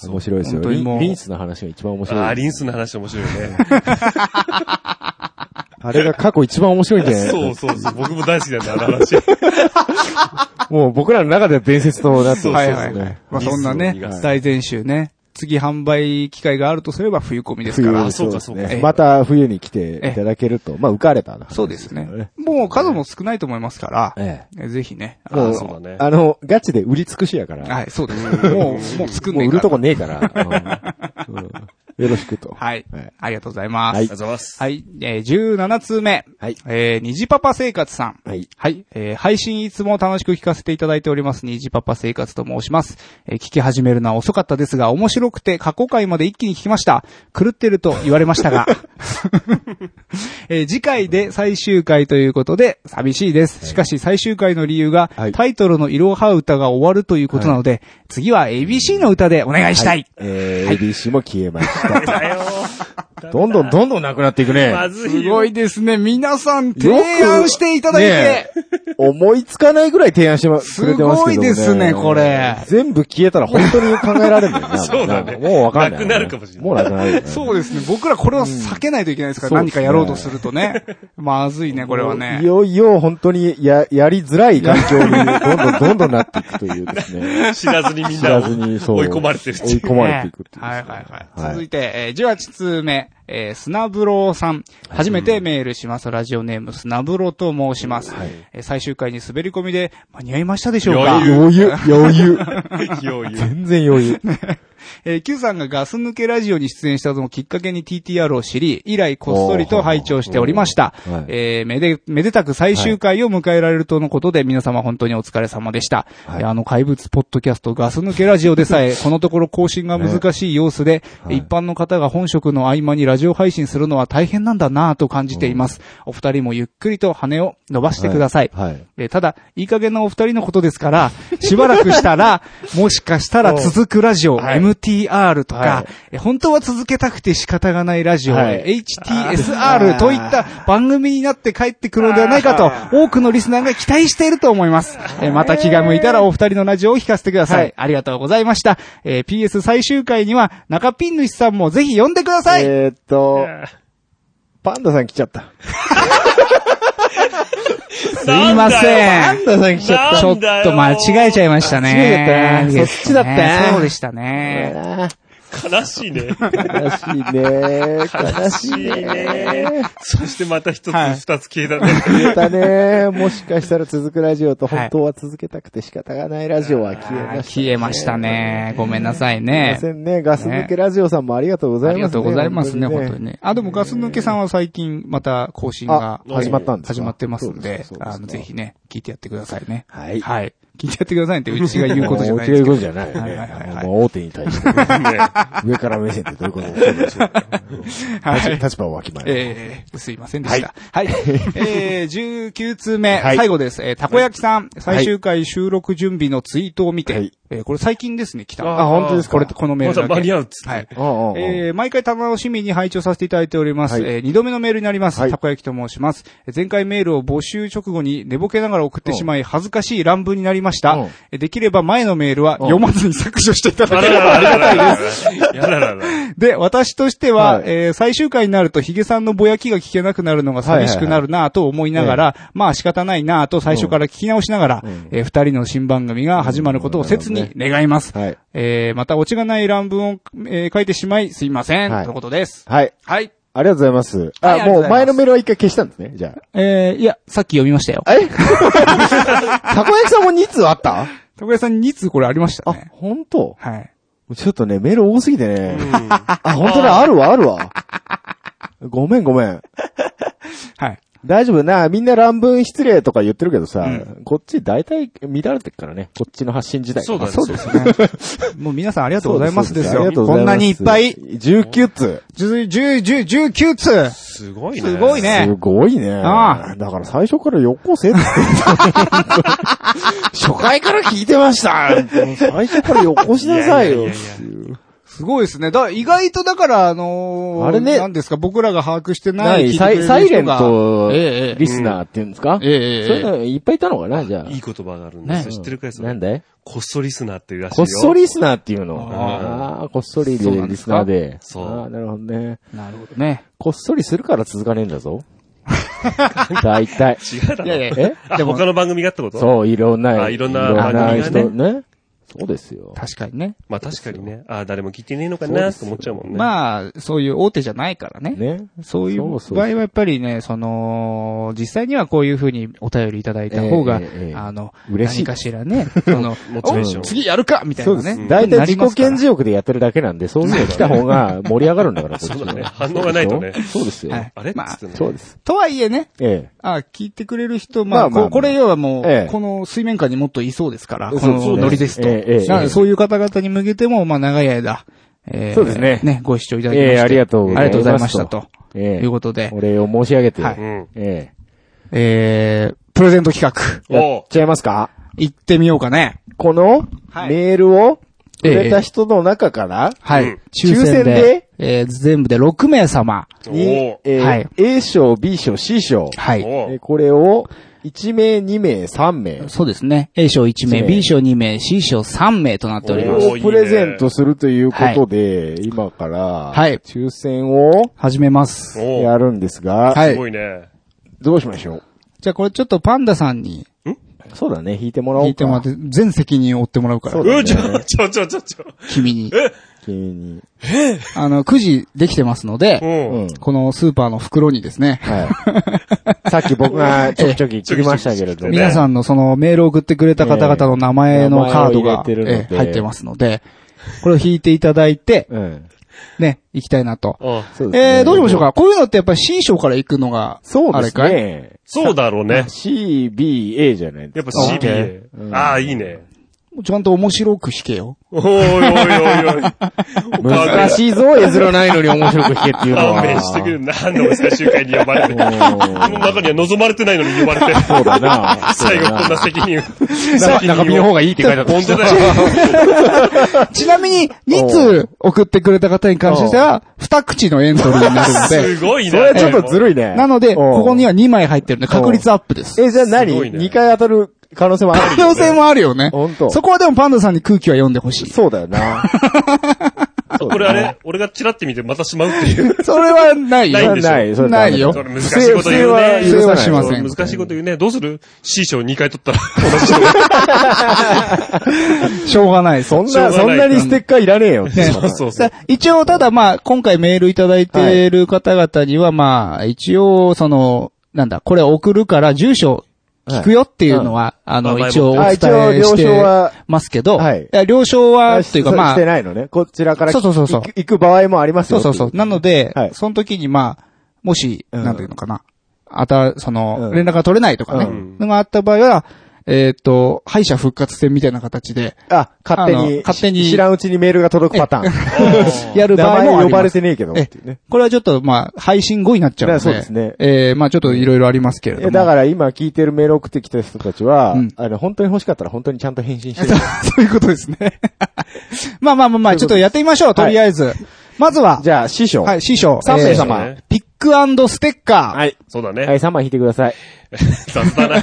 う。面白いですよ。
本当に
リ
もう
ンリンスの話が一番面白い。
あー、リンスの話面白いね。
あれが過去一番面 白いんじゃない
そうそうそう。僕も大好きなんだ、あの話。
もう僕らの中では伝説となってま
はい
す
はいは
ね
い。。まあそんな
リ
ね
スを逃が、す
大前週ね。次販売機会があるとすれば冬込みですか
冬
ら
に。
そうか
そ
そうう
で
か
す
え
ね。
え
また冬に来ていただけると、まあ浮かれたな。
そうですね。もう数も少ないと思いますから、
え
えぜひね。あ
も
の
そうだね
あの、ガチで売り尽くしやから。
はい、そうです。もう、もう作ん
もう
ねえ
売
か
ると
ら。
こねえ から。うんうんよろしくと。
はい
はい。
ありがとうござい
は
ます
い。
ありがとうございます。
はい、えー、17通目。
はい
えー、虹パパ生活さん。
はい。
はい。えー配信いつも楽しく聞かせていただいております、にじパパ生活と申します。えー聞き始めるのは遅かったですが、面白くて過去回まで一気に聞きました。狂ってると言われましたが。 えー次回で最終回ということで、寂しいです。しかし最終回の理由が、
はい
タイトルのいろは歌が終わるということなので、次は ABC の歌でお願いしたい。
えー、ABC も消えま した。 どんどんどんどんなくなっていくね。
まず
す
いよ。
ごいですね。皆さん提案していただいて。
ね思いつかないぐらい提案してま、くれてますけどね。
すごいですねこれ
全部消えたら本当に考えられないんだよな。
そうだね
もうわかんない。
なくなるかもしれない
もうなくなるよね。
そうですね。僕らこれは避けないといけないですから、
うん
何かやろうとするとね。まずいね、これはね
い。よいよ本当にや、やりづらい環境にどんどんどんどんなっていくというです ね。
知らずにみん
知
な
ら
を
ずに、そう。
追い込まれてるって
追い
いう。
込まれていくっていう。
はいはいはい。
はい
続いて、えー18通目、えー、砂風呂さん。初めてメールします。ラジオネーム、砂風呂と申します。えー最終回に滑り込みで、間に合いましたでしょうか
余
余裕、余裕。
よう言う。
全然余裕。
えー、Q さんがガス抜けラジオに出演したのをきっかけに TTR を知り、以来こっそりと拝聴しておりました。
おーはい
えーめで、めでたく最終回を迎えられるとのことで、皆様本当にお疲れ様でした。
はい
えーあの怪物ポッドキャストガス抜けラジ オでさえ、このところ更新が難しい様子で、
はい
一般の方が本職の合間にラジオ配信するのは大変なんだなぁと感じています。お二人もゆっくりと羽を伸ばしてください。
はい。
えーただ、 いい加減なお二人のことですから、しばらくしたら、もしかしたら続くラジオ、
はい
MTR とか、
はい
え本当は続けたくて仕方がないラジオ、
はい
HTSR といった番組になって帰ってくるのではないかと、多くのリスナーが期待していると思います。えまた気が向いたらお二人のラジオを聞かせてください。
はい
ありがとうございました。えー PS 最終回には中ピン主さんもぜひ呼んでください、
えーっ と、パンダさん来ちゃった。
す
すいませ
パ
ん
ン。ダさん来ちゃった。
ちょっと間違えちゃいました
間
ね
違え。ちゃったなそっちだったな
そうでしたね。
悲しいね。
悲しいね悲しいね
そしてまた一つ、
はい
二つ消えたね。
消えたねもしかしたら続くラジオと本当は続けたくて仕方がないラジオは消えました、
消えました。ね。ごめんなさい
すいま
ね。
せんね。ガス抜けラジオさんもありがとうござ
あ
います、ね。
りがとうございますね、本当に
ね。
ね。あ、でもガス抜けさんは最近また更新が
あ始まったんですか
始まってますんで
そう、ですか
あの、ぜひね、聞いてやってくださいね。
はい
はい。聞いてやってくださいって、うちが言うことじゃない
違
です
う
け
こ
ど
とじゃないよ
はいはいはい
ね
は。い
もう大手に対して、上から目線ってどういうことでしょうか
はい
立立場をわきまえる。
えーすいませんでした。はい。え ー、19通目、
はい
最後です。えーたこ焼きさん、最終回収録準備のツイートを見て、
はい
えーこれ最近ですね、来た。
あ、本当ですか
これ、このメールだけ。
まだ間に合うっつって
はい。
うんうんうん
えー毎回楽しみに拝聴させていただいております。
はい
えー二度目のメールになります。
はい
たこ焼きと申します。えー前回メールを募集直後に寝ぼけながら送ってしまい、恥ずかしい乱文になりました。
うん
えーできれば前のメールは読まずに削除していただ
あ
け
ら
れば
ら、ありがたいです。やららら。
で、私としては、
はい
えー最終回になるとヒゲさんのぼやきが聞けなくなるのが寂しくなるなぁと思いながら、まあ仕方ないなぁと最初から聞き直しながら、えー二人の新番組が始まることを切に願います。
はい。
えーまたオチがない乱文を、えー書いてしまいすいません、
はい
とのことです。
はい。
はい。
ありがとうございます。
はいあ
あ、
りがと
も
うご
う
ざいます
前のメールは一回消したんですね、じゃ
えーいや、さっき読みましたよ。
あ。えたこ焼きさんも2通あった
徳谷さん2通これありました
あ
ね、。
本当
はい。
ちょっとね、メール多すぎてね。あ、本当だ、あるわ、あるわ。ごめん、ごめん。
はい。
大丈夫な、みんな乱文失礼とか言ってるけどさ、
う
こっち大体乱れてるからね、こっちの発信時代。
そうだね。
そうですね。もう皆さんありがとうございますです
あ
よ。
りがとうご
こ
ざ
ん
います
なにいっぱい、
19通。
10、10、10 19通
すごいね。
すごい。ね
す。ごいね。
あ
だから最初からよこせ って言ってた初回から聞いてました最初からよこしなさいよっていう。
すごいですね。だ、意外とだから、あのー、
あれね
なんですか、僕らが把握してな。
ないい、
聞いて
サ
くれ
イ
る人が
サイレント
ええええ
リスナーっていうんですか、
ええええ
そういうのいっぱいいたのかなじゃあ。
いい言葉があるんですよ。知ってるかいそれ
なんだい
こっそりスナーっていうらしい
こ
よ。
っそりリスナーっていうの。
あ
ああー、こっそりでリスナーで。
そう
ああ、なるほどね。
なるほ どね。
こっそりするから続かねえんだ ぞ。大体。
違うだ
いやいや
ろ。
え
あ、他の番組がってこと
そう、いろんな、
あいろんない
ろ
番組がね
人ね。そうですよ。
確かにね。
まあ確かにね。あ、誰も聞いてねえのか
そう
な
で
と
す
思っちゃうもんね。
まあ、そういう大手じゃないからね。
ね。
そういう場
そうそう
合はやっぱりね、その、実際にはこういうふうにお便りいただいた方が、
ええええええ
あの、
嬉しい
何かし らね、その、
モチベーション
お次やるかみたい
そう
な
で
ね
す。。大体自己顕
なります
示欲でやってるだけなんで、そういうの来た方 が盛り上がるんだから、こっちは
そうだね反応がないとね
そうですよ。
はい
あれ
まあ
つってね
そうです。
からとはいえね、
え
あ、聞いてくれる人、まあ、
まあまあまあ
ここれ要はもう、
ええ
この水面下にもっといそうですから、
そう
こ
そう
の
ね
ノリですと。
ええええ
な
え
ので
え
そういう方々に向けても、まあ、長い間、え
そうですね
ね、ご視聴い
え。
ただきま
え
して、
え、ありがとうございます。
ありがとうございましたと。。
え
いうことで
え。お礼を申し上げて。
はい
うん。
え
えー、プレゼント企画、
え。や
お
っちゃいますか
行ってみようかね。
この
はい
メールをくれた人の中から、
はい。
うん
抽選
抽選
で
で、
えー全部で6名様。
に
お、
えー
はい
A 賞、B 賞、C 賞。
はい。
お
えーこれを1名、2名、3名。
そうですね。A 賞1名、
一名
B 賞2名、C 賞3名となっておりま
お
す
ー。いいね
プレゼントするということで、今から、
はい
抽選を
始めます。
お
やるんですが、
はい
すごいね。
どうしましょう
じゃあこれちょっとパンダさんに
そうだね、引いてもらおうか。
聞いてもらって、全責任を負ってもらうから
そう、だね
うん、ちょ、ちょ、ちょ、ちょ、ちょ。
君に。
君に。
あの、9時できてますので、
う。
うんん。
このスーパーの袋にですね、
はい。さっき僕がちょきちょき切りましたけ れども。
皆さんのそのメールを送ってくれた方々の名前のカードが、
ええ名前を入れてるので
ええ入ってますので、これを引いていただいて、
うん。
ね、行きたいなと。
あ
そうですね。
えー、どうしましょうかこういうのってやっぱり新章から行くのが、
そうです
あれかい
ね。
そうだろうね。
C, B, A じゃないで
やっ
す
ぱ
か。
オッケ
CBA。ああ、いいね。
ちゃんと面白く弾 けよ。
おいおいおいおい。
難しいぞ、えずらないのに面白く弾けっていうのは。
勘弁してくれ。何の難しい会に呼ばれて。この中には望まれてないのに呼ばれて。
そうだな。
最後こんな責任。
中中身の方がいいって書いてあった。
本当だよ。
ちなみに、2通送ってくれた方に関しては、2口のエントリーになるの で、
すごいな。
それはちょっとずるいね。
なので、
おう
ここには2枚入ってるんで、確率アップです。
え、じゃあ何
すごいね
?2 回当たる可能性もあるよね。
可能性もあるよね。
ほんと
そこはでもパンダさんに空気は読んでほしい。
そうだよな。そうだな
これあれ、俺がチラって見てまたしまうっていう。
それはない
ないん
よ。
で
ない、それ
ないよ
それ難しいこと言う
不
ね。
正は
不正はしません
難しいこと言うね。どうする ?C 賞2回取ったら。
しょうがない。そ
そん
ん
しょ
な、
うがない
そんなにステッカーいらねえよって
ね
いう。
そうそうそう
さ。一応、ただまあ、今回メールいただいている方々には、まあ、一応、その、なんだ、これ送るから、住所聞くよっていうのは、あ
まあま
の、
あ
一応お伝
あ
え
一応、了
し
承
て
は、
ますけど、
はい
いや了承は、というか
し
ま
し
あ
て、ないのね。こちらから
そうそうそうそう
行く行く場合もあります
そ
よ。
うそうそう。なので、
はい
その時にまあ、もし、
うん
なんていうのかな。あた、その、
うん
連絡が取れないとかね、
うん
のがあってた場合は、えっ、と、敗者復活戦みたいな形で、
あ、勝手
あ
に
の、勝手に
し知らんうちにメールが届くパターン。
やる
名
場合もあ
前
り
呼ば
ま
れ
す。
てねえけどっていうね。
これはちょっと、まあ、配信後になっちゃうの
だ
で。
からそうですね
えーまあ、ちょっといろいろありますけれど
え
も。
だから今聞いてるメール送ってきた人たちは
うん、
あの、本当に欲しかったら本当にちゃんと返信 して
そ
る
う。そういうことですね。 まあまあまあまあ、ちょっとやってみましょう、とりあえず。まずは、
じゃあ、師匠。
はい、師匠。
三名様
えーピックステッカー。
はい。
そうだ
は
ね
い、。3枚引いてください。
雑だな。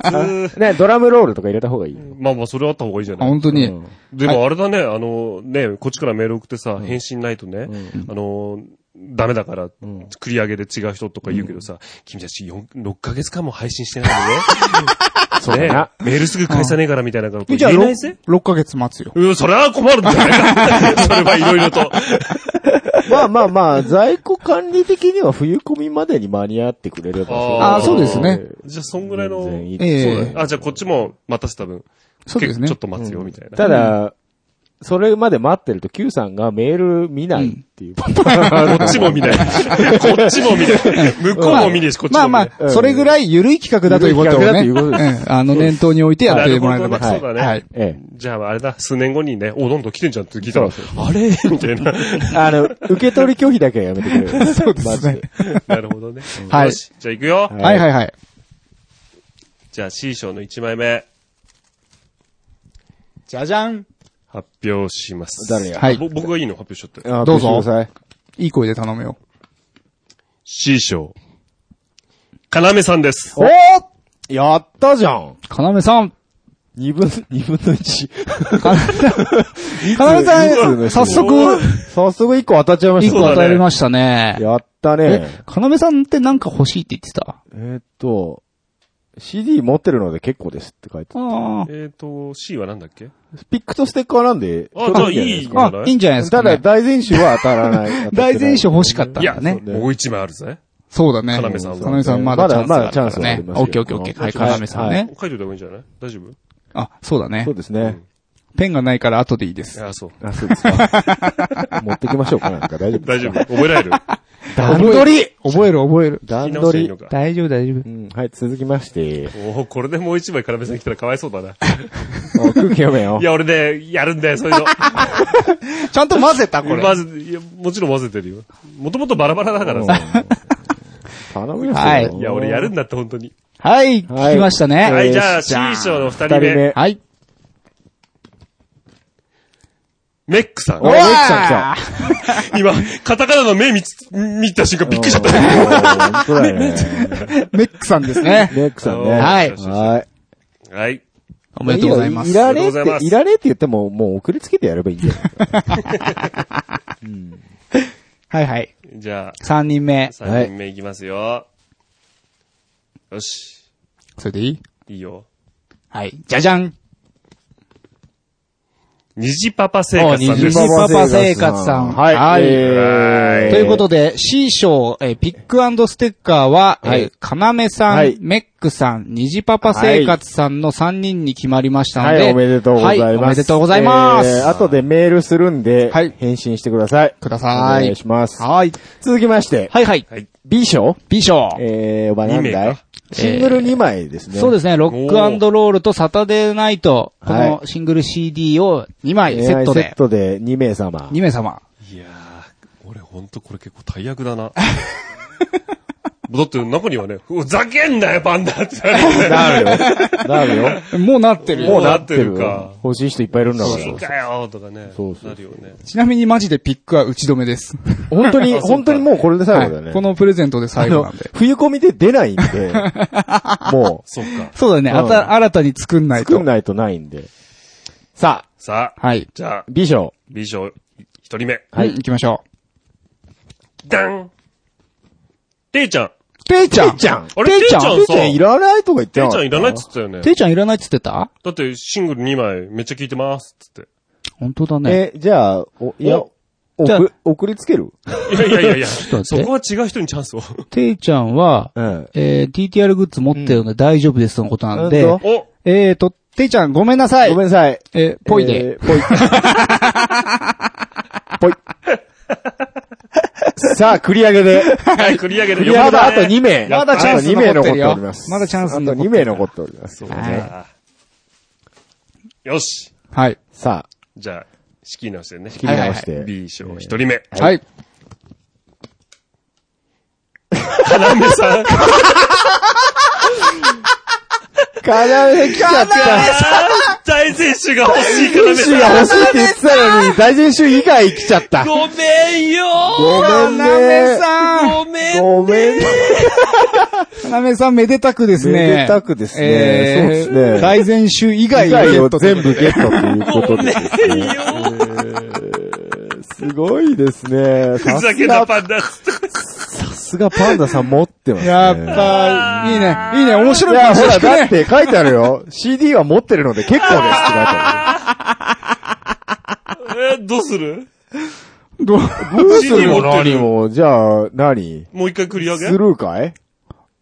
雑。
ね、ドラムロールとか入れた方がい い。
まあまあ、それあった方がいいじゃ
あ
ない。
本当に。
うん
でもあれだね、あの、ね、こっちからメール送ってさ、返信ないとね、あの、ダメだから、繰り上げで違う人とか言うけどさ、君たち4 6ヶ月間も配信してない
そう
の
だ
ね。ね
な。
メールすぐ返さねえからみたいなこと
じゃ
言
あ
えないぜ
6, 6ヶ月待つよ。
うん、それは困るんじゃないか。それはいろいろと。
まあまあまあ、在庫管理的には冬込みまでに間に合ってくれれば。
あーそうです
ね
じゃあ、そんぐらい
全然い
の、
い
ええ
あ、じゃあこっちも待たせた分、
そうですね
けちょっと待つよ、みたいな。
ただ、それまで待ってると Q さんがメール見ないっていう。
こっちも見ない。こっちも見ない。向こうも見ねえし、こっちも見ない。
まあま
う
あ、
ん
それぐらい緩い企画だということをね。
緩い企画だということ
うんあの、念頭に置いてやってもらえれば。
なるほどねそうだね
はい。
え
じゃあ、あれだ、数年後にね、お、どんどん来てんじゃんって聞いたら、あれみたいな。
え。あの、受け取り拒否だけはやめてくれ る。そうですね。
なるほどね。
はい
よし、じゃあ行くよ。
は
はいはいはい。
じゃあ C 賞の1枚目、
じゃじゃん。
発表します。
誰や
はい
ぼ僕がいいの発表しちゃって。
あ
どうぞ
見せてください
いい声で頼むよ。
C 賞。かなめさんです。
おーやったじゃん
かなめさん。
二分、 二分の一。
かなめさん、早速、
早速一個当たっちゃいま
一
した
そ
ね。
う
個
だね
与えましたね。
やったね。
え、かなめさんってなんか欲しいって言ってた
えーっと、CD 持ってるので結構ですって書いてあ
あ
えっと、C はなんだっけ
るピックとステッカーなんで。
あじゃあい
届く
い
んじゃなですか
あ
あ。あ、いいんじゃないですか
ただ
ね。
大前週は当たらない。
大前哨欲しかったん
いや、
だね。
もう1枚あるぜ。
そうだね。
かなめさんは
かなめさんまだチャンス
まだまだチ
が
ャ
あ
ン
る
スはあり
からね。
ますよ
オッケーオッケーオッケー。はい、かなめさん
は
ね
書。いといた方がいいんじゃない大丈夫
あ、そうだね
そう。ですね。
ペンがないから後でいいです。
あ、そう。
あ、そうですか。 持ってきましょうかなんか大丈夫
大丈夫。覚えられる。
段
覚
取
え
り
る覚える覚える。
段
聞き直して
取
いいの
り。
か。
大丈夫大丈夫
う。ん、はい、続きまして。
おおこれでもう1枚かなめさん来たらかわいそうだな。
お空気読めよ
い。や、俺ね、やるんだよ、そういうの。
ちゃんと混ぜたこれ。
混ぜていやもちろん混ぜてるよ。もともとバラバラだからさ。
頼むよ。
はい
いや、俺やるんだって、本当に。
はい、
はい
聞きましたね。
はい、じゃ
よ
あ、
っしゃ
C 賞の2
二
人
人
目
目。。
はい。
メックさん
お。い、メイクさん来
今、カタカナの目見つ、見た瞬間びっくりしちゃった。
た。本当だよね。
メックさんですね。
メイクさんね。
はい
はい。
はい。
おめでとうございます。
いやいらねえ
おめでとうござい
っ
ま
て、
す
いらねえって言っても、もう送りつけてやればいいんだよ。
はいはい。
じゃあ、
3人目。
3人目いきますよ。よし。
それでいい
いいよ。
はい。じゃじゃん。
虹パパ生活さん
お
で
虹
す
パ。パ生活さん
はい。
はい
えー
ということで、C 賞、えーピックステッカーは、
は
え
い
ー、かなめさん、
はい
メックさん、にじパパ生活さんの3人に決まりましたので、
はい、おめでとうございます。
はいおめでとうございます。
えー後でメールするんで、
はい
返信してください。
ください
お願いします。
はい。
続きまして、
はいはい。
はい。
B 賞
B 賞。
えー、おばな
2
ん
名
だい
か。
シングル2枚ですね。
そうですね、ロックロールとサタデーナイト、こ
はい
のシングル CD を2枚
恋
セッ
愛
ト
セ
で
ッ、トで2名様。
2名様。
いやー、俺ほんとこれ結構大役だな。 だって中にはね、ふざけんなよ、パンダって。
なるよ。なるよ。
もうなってる
も
よ。
うなってるか。
欲しい人いっぱいいるんだか
いい
ら。
かよとかね。
そうそう
なるよね。
ちなみにマジでピックは打ち止めです。
本当に、
あそうか
本当にもうこれで最後だよ
は
ね。
いこのプレゼントで最後な
あ
ん
の
で。
冬込みで出ないんで、 も
そっか。
そうだね、あ
う
た、新たに作ん
う、
ないと。
作んないとないんで。さあ、
さあ、
はい。
じゃあ、
美女。
美女、一人目。
はい。行きましょ
ダンていちゃん。
う。ていちゃん
ていちゃん
あれ
ていちゃん
ていちゃんさ、
え、いらないとか言って
て
ない
ちゃんいらないっつったよね。
ていちゃんいらないって言ってた
だってシングル2枚めっちゃ聞いてますっつって。
本当だね。
え、じゃあ、お、いや、
お
お
じゃあ
く送りつける
いやいやいやいや、
と待
そ
って
こは違う人にチャンスを。
ていちゃんは、
うん。
えー、TTR グッズ持ってるので大丈夫ですのことなんで、
うんと
お
えーと、ていちゃんごめんなさい。
ごめんなさい。
えー、ぽい
え
で。
ー。ぽい。ぽい。さあ、繰り上げで。
はい、繰り上げ
繰
で
り
よ
上げで
かった
あ
ね
と2名。
まだチャンス
あと2名
残
残
っ
っ
てる
て
よ
おります。
まだチャンス
あ
残
と
ってる
2名残っております。
は
よし。
はい。
さあ、
じゃあ、仕切り直してね。
切り直して。
B 賞一人目。
はい。
かなめさん。
かなめ来ちゃった。
大選手が欲しいかなめ
選手
さん。
が欲しいって言ってたのに、大選手以外来ちゃった。
ごめんよ
ごめんね。
さ
ごめん。
ごめんね。
かなめさんめでたくですね。
めでたくですねそうですね
大前週以外
以外を全部ゲットということでですね。 えーすごいですね。
ふ
さ
ざ
す
けた
が、
パンダっつって。
さすがパンダさん持ってますね。
やっぱ、いいね。いいね。面
い
白い
や、
話
ほら、
聞く
だっ
ね。
て書いてあるよ。CD は持ってるので結構ですって書いてあ
えーどうする
どう
る。どうする
CD 持
の
って
何
る
も、じゃあ、何
もう一回繰り上げ
スルーかい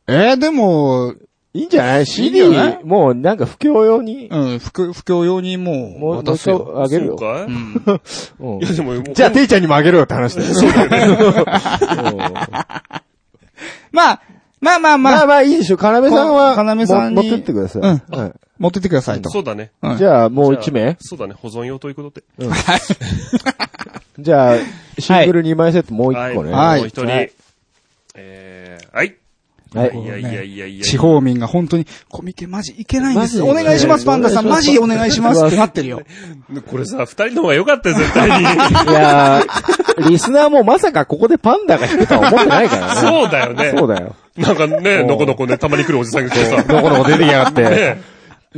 えー、でも、
いいんじゃない
いんじ
?CD
ゃない、
もうなんか不況用に、
うん、不況、不況用にも
も
う
う、もう
渡
一
すよ。
回あげる
そう
よ。
かい
うん
いや、でももう、
じゃあ、ていちゃんにもあげろよって話だよ。そうだね。
まあ、まあまあま
ま
あ、
あまあいいでしょ。かなめさんは、
かなめさんに
も持ってってください。
うん
は
持ってってくださいと。
そうだね。
うん
い。じゃあ、もう一名
そうだね、保存用ということで。
じゃあ、シングル2枚セットもう一個ね。
はい
もう一
は
人
い。
えー、はい。
はい
いやいやいやいや。
地方民が本当に、コミケマジいけないんですよ。お
マジで
願いします、パンダさん。マジお願いしますってなってるよ。
これさ、二人の方が良かったよ、絶対 に。
いやーリスナーもまさかここでパンダが弾くとは思ってないからね。
そうだよね。
そうだよ。
なんかね、
うん
のこのこね、たまに来るおじさんが来てさ。
どこどこ出てきやがって
ね。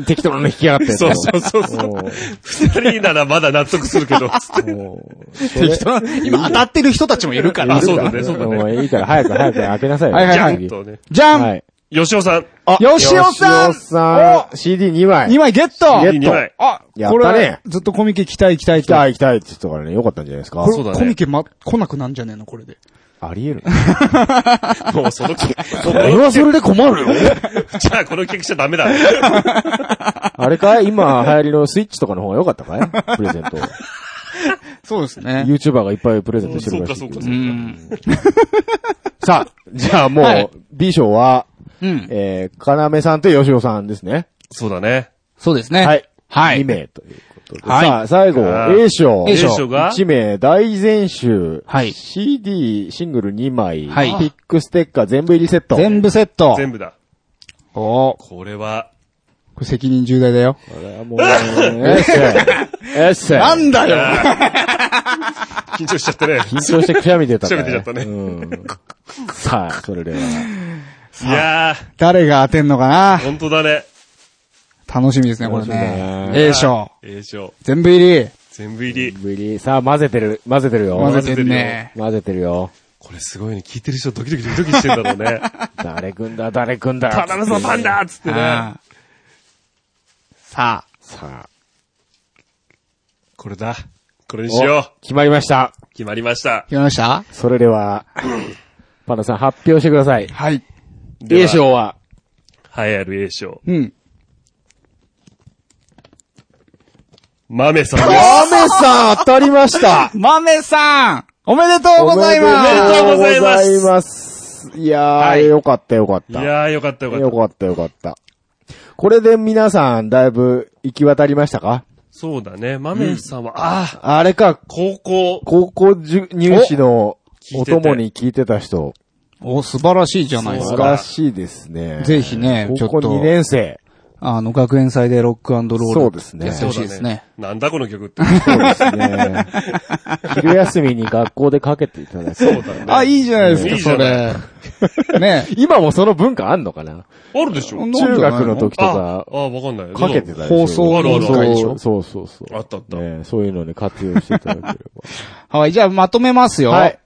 適当なの弾きやがって。
そうそうそうそう。二人ならまだ納得するけど、つって
もうそれ
今当たってる人たちもいるから。
あそうだねそうだね
もういいから早く早く開けなさいよ。
はいはい
じゃ
はい
ん
次
とね。
じゃん、
はい。
吉尾さん。
あ
吉尾さん
吉尾さん !CD2 枚。
!2 枚ゲット
ゲット
二枚。
あ、
や
こ
ったね
れ、ずっとコミケ期待期待
行き
期
た
待。
い行きたいって言ったからね、よかったんじゃないですか
こ。
そう
れ
だね
コミケま、来なくなんじゃねえのこれで。
あり 得る。
もうその、 そ
それ
の
はそれで困るよ。
じゃあこの曲じゃダメだ。
あれかい今流行りのスイッチとかの方が良かったか いプレゼント。
そうですね。
YouTuber がいっぱいプレゼントして
そ
る
う
ら
か
し
そう
い
か
け
そ
ど。
うん。
さあ、じゃあも、
はいう
B 賞は、
うん。
えー、かなめさんと吉尾さんですね。
そうだね。
そうですね。
はい。
はい
2名ということで。
はい
さあ、最後、
あー
A 賞。
A 賞
が
1名、大全集。
はい
CD、シングル2枚。
はい
ピックステッカー全部入りセット。
全部セット。
全部だ。
おーこ
これは、
れ責任重大だよ。
これはもう、エッ セイ。エッセイ。
なんだよ
緊張しちゃっ てね。
緊張してくしゃみ出たから。
くしゃみ出ちゃったね
うん。さあ、それでは。
いや
誰が当てんのかな
ー、本当だね。
楽しみですね、これね
楽し。みだね
A 賞。
ええ賞。
全部入り。
全部入り。
ブリさあ、混ぜてる。混ぜてる
混
よ。
ぜてんね。
混ぜてるよ。
これすごいね。聞いてる人ドキドキドキドキしてるだろう ね。
誰くんだ、誰くんだ。
田辺さんパンダっつってね。
あーさあ。
さあ、
これだ。これにしよ
お決まりました。
う。決まりました。
決まりました
それで は、パンダさん発表してください。
はい。
では
A 賞は、
栄えある A 賞。
うん。
マメさんです。
アメさん当たりました
豆さんおめでとうございます
おめでとうござ
おめで
います
とうございます。いや
は
ー、
い
よかったよかっ
い
た。
やー、よかったよかった。
よかったよかった。これで皆さん、だいぶ行き渡りましたか
そうだね。マメさんは、ああ、
あれか、
高校、
高校じゅ入試の
お聞い
お
てて
供に聞いてた人、
お、素晴らしいじゃないです
素晴
か。
らしいですね。
ぜひねちょっ
高
と
校2年生。
あの、学園祭でロックロール。
そうですね
やってほしいですね。
なんだこ の曲って。
そうですね。昼休みに学校でかけていただいて。
あ、いいじゃないです
い
か、
いじゃ
それ。 ね。
今もその文化あんのかな
あるでしょ
なん
中学の時と
あ
か、
あ、わかんない。
かけてたでしょ
放送委員会でしょ。
そうそうそうそう。
あったあった
ねそういうのに活用していただけれ
はい、じゃあまとめますよ。
ば。 はい。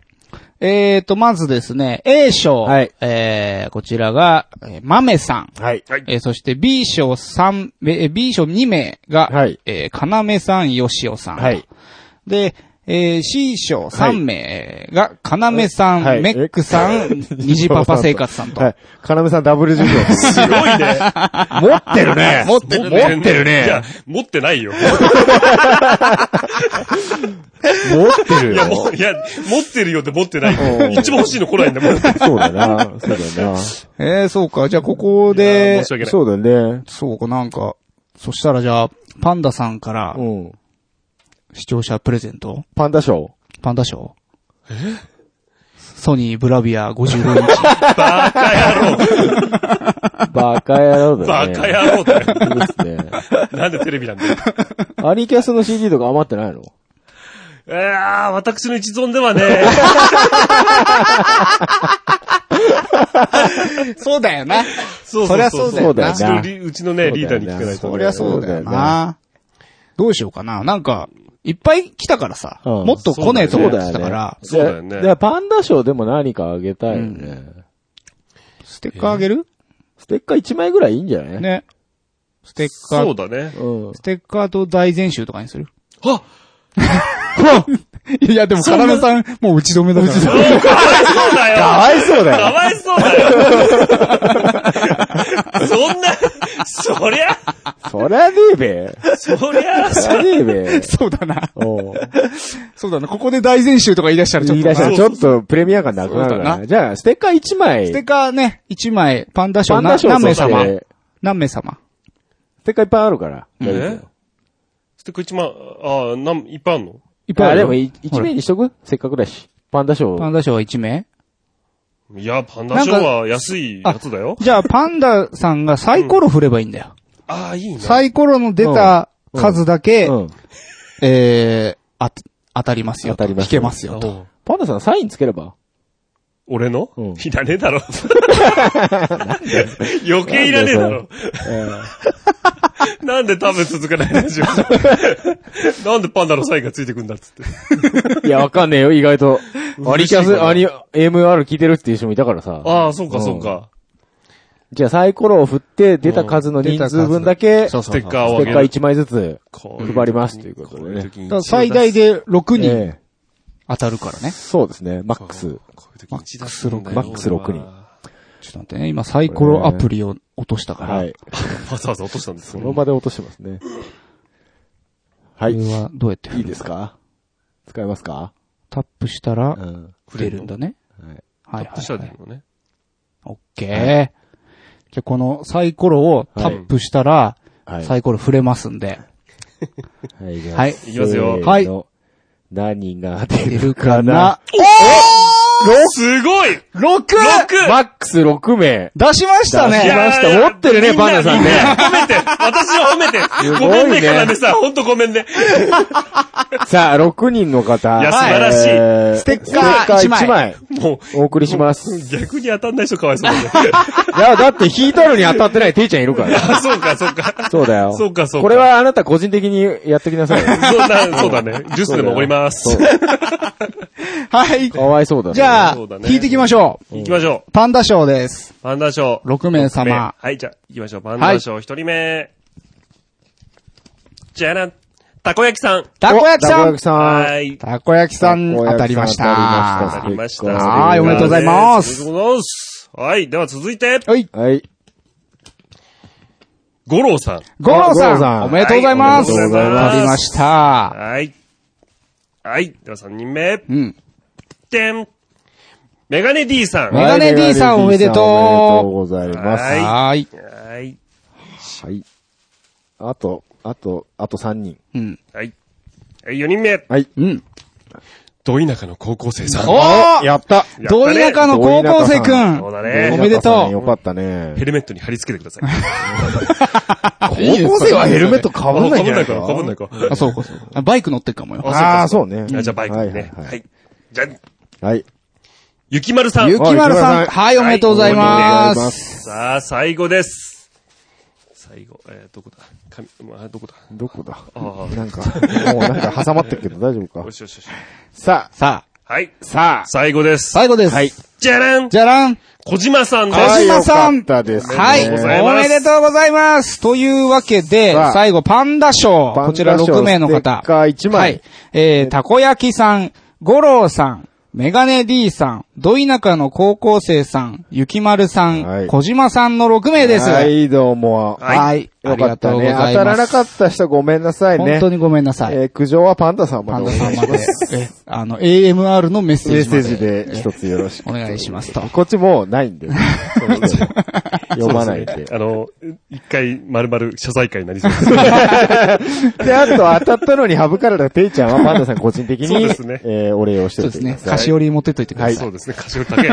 えーと、まずですね、A 賞。
はい
えー、こちらが、えー、豆さん。
はい。
はい。
えー、そして B 賞3、えー B 賞2名が、
はい
えー、かなめさん、よしおさん。
はい。
で、えー、C 賞3名が、かなめさん、
はい
メックさん、にじパパ生活さんと。
はい。かなめさんダブル授業です。
すごいね。
持ってるね
持ってるね
持ってるね
いや、持ってないよ。
持ってる
い
よ
や、。もういや、持ってるよって持ってない。一番欲しいの来ないんだもん。い
そうだな。そうだな。
えー、そうか。じゃあ、ここ
や
で
申し、訳ない。
そうだね。
そうか、なんか、そしたらじゃあ、パンダさんから
う、ん。
視聴者プレゼント、
パンダショー。
パンダ賞。ソニーブラビア55インチ。
バカ野郎。
バカ野郎だ
バ
ね。
カ野郎だよ。
郎ですね。
なんでテレビなんだよ。
アニキャスの CD とか余ってないの
いやー、私の一存ではね、
そうだよな。
そう
そりゃそうだ
そ
よ
うだ
な。
よ
うちのリうちのね、リーダーに聞かないとね。
そりゃそうだよ
な。どうしようかな。なんか、いっぱい来たからさ、
うん
もっと来ねえと
そ
思
う
っ
だ
て
よ
た
ね
から。、
そうだよね
じゃあじゃあパンダ賞でも何かあげたいよね。
ステッカーあげる
ステッカー1枚ぐらいいいんじゃない
ね。ステッカ
そうだ
ー、
ね。
うん。
ステッカーと大全集とかにする
あ
いや、でも、カラメさん、もう打ち止めだから。。
かわいそうだ
か
よ
わいそうだ
か
よ。
わいそうだよそんな、そりゃ、
そりゃねえべ。
そりゃ、
そりゃねえべ
そうだな。
おう
そうだな。ここで大全集とか言い出したらちょっ
言い
とな。
出したらちょっとプレミア感なくなる
そう
か
だ
ら。
な
じゃあ、ステッカー1枚
ス。テッカーね、1枚、パンダ賞
パンダ
な
賞
何名
そして
様何名様
ステッカーいっぱいあるから。大丈夫だ
え
よ
ステッカー一万、ああ、なん、いっぱいあんの
いっぱい
あ、
あ
で
る
も
よ。
1名にしとくせっかくだし。パンダ賞。
パンダ賞は1名
いや、パンダ賞は安いやつだよ。
じゃあ、パンダさんがサイコロ振ればいいんだよ。
ああ、いいね。
サイコロの出た数だけ、
うん。
えー、あ、当たりますよ。
当たりますよ
引けますよ。と
おう
パンダさんサインつければ。
俺の
うん
いらねえ だろ。余計いらねえだろ。なんで食べ続かないん でしょなんでパンダのサインがついてくんだっつって。
いや、わかんねえよ、意外と。ア
嬉
ニ
しい
キ
か
ャス、
な
アニ、AMR 聞いてるっていう人もいたからさ。
ああ、そうかそうか。
じゃあサイコロを振って出た数の人数分だけ、ステ
そう
ッ
そう
ステッカーをあげ
カー
る。
1枚ずつ
こういう時
配りますということで
こういう
ね。
時に
だから最大で6人
ええ
当たるからね。
そうですね、マックス。
こういう時に一打するんだよ
マックス六人
俺は
ちょっと待ってね、今サイコロアプリを落としたから。
はい。
わざわざ落としたんです
そ
よ
の場で落としてますね。はい。
これ
い
はどうやって
いですか使えますか
タップしたら
う、ん。
出るんだね。はい。はい
落とした
は
ん
い。
のね。
オッケー。じゃあ、このサイコロをタップしたら、
はい。
サイコロ振れますんで。
はい。じゃあ
はい。
いきますよ
せーの
はい
何が出
出
る
る
かな
かな。
すごい
6!
マックス6名。
出しました
出し
い
ね
ま
や
し
い
た。
や
持ってるね、
みんな
パンダさんね。
褒めて私を褒めて
ごい
ご
ね
めんね、かなめさん。ほんとごめんね。
さあ、6人の方。
いや素晴らしい
え
ステッカー
ステ
一
1枚
枚。
も
お送りしま
う、
す。
逆に当たんない人かわいそうだね。
いや、だって引いたのに当たってないていちゃんいるから。
あそうか、そうか。
そうだよ。
そうかそうか
これはあなた個人的にやってきなさい。
そうだ、そうだね。ジュースでもおごります。
はい
か。わいそうだね。
じゃあ、
そうだね
聞いていきましょう。
行きましょ
パンダ賞です
う。。パンダ賞。
6名様。
はい、じゃあ、行きましょう。パンダ賞一人目。じゃらん。たこ焼きさん。
たこ焼き
た
さ
こ
ん
焼きさん。
はーい。
たこ焼きさん当たりました
たこ焼きさん当たりまし
当
た
たりました。
はいおめでとうございます
おめでとうございます。はい、では続いて、
はい。
はい。
五郎さん。
ゴロ
ゴ
さ
ロさん
ん、おめでとうございます。
はいおめでとうございます
当たりました。
はい。はい、では三人目。
うん。
でん。メガネ D さん。
メガネ D さんおめでとう
おめでとうございます。
はい
はい。
はい。
はい。あと、あと、あと3人。
うん。
はい。はい、4人目。
はい。
うん。
ど田舎の高校生さん。
おー
やった
や
ど田舎の高校生くん。
そうだ
お
ね。
めでと
中
う
さんよかったね
ヘ。ルメットに貼り付けてくだ さい。
高校生はヘルメット被
あ
んないんじ
ぶ
ゃな
んないい
か
か、
ら
かぶんないか。
あ、そうか、そうか。あバイク乗ってるかもよ。
ああ、そうね。
あじゃあバイクにね。
はいは
はいい。じゃあ、
はい。はい。
ゆきまるさん
ゆ。きまるさ
あ
ん。
ゆきまるさん
はい、おめでとうござ
あ
い
りがとうご
ま。
ざいますす。
さあ、最後です。最後、えー、どこだ紙、まあ、どこだ
どこだ
あ
なんか、もうなんか挟まってるけど大丈 夫
よ
か
しよしよし。
さあ、
さあ、
はい。
さあ、
最後です。
最後です。はい。
じゃらん
じゃらん。
小島さんで
小
はい
島さん
よかったですね。
はい。
おめでとうござい
お
ます
めでとうございます。というわけで
さあ、
最後、パンダ賞。
パンダ賞
こちら6名の
ステッ
方。
カー一枚
はい。えー、たこ焼きさん、五郎さん、メガネ D さん、ど田舎の高校生さん、ゆきまるさん、
はい
小島さんの6名です。
は
はい。
い、どうも。
はい。あ
よ
り
か
が
った
とうござ
ね。
い
当
ます。
たらなかった人ごめんなさいね。
本当にごめんなさい。
えー苦情はパンダさんま
パ
で
ン
お
ダさ
願
ん
い
ま
しま
で、
す。
えあの、AMR のメッセージ。
メッセージ。で一つよろしく。
お願いしますと。
こっちもうない んで。読まないで。
あの、一回、まるまる謝罪会になりそうです。
で、あと当たったのに省かれたていちゃんはパンダさん個人的
そう
に
ですね、
えーお礼をして
そ
お
う
い
で
て
す
くださ
ね。
い。
菓子折り持ってっといてください。
そうですね、歌唱高い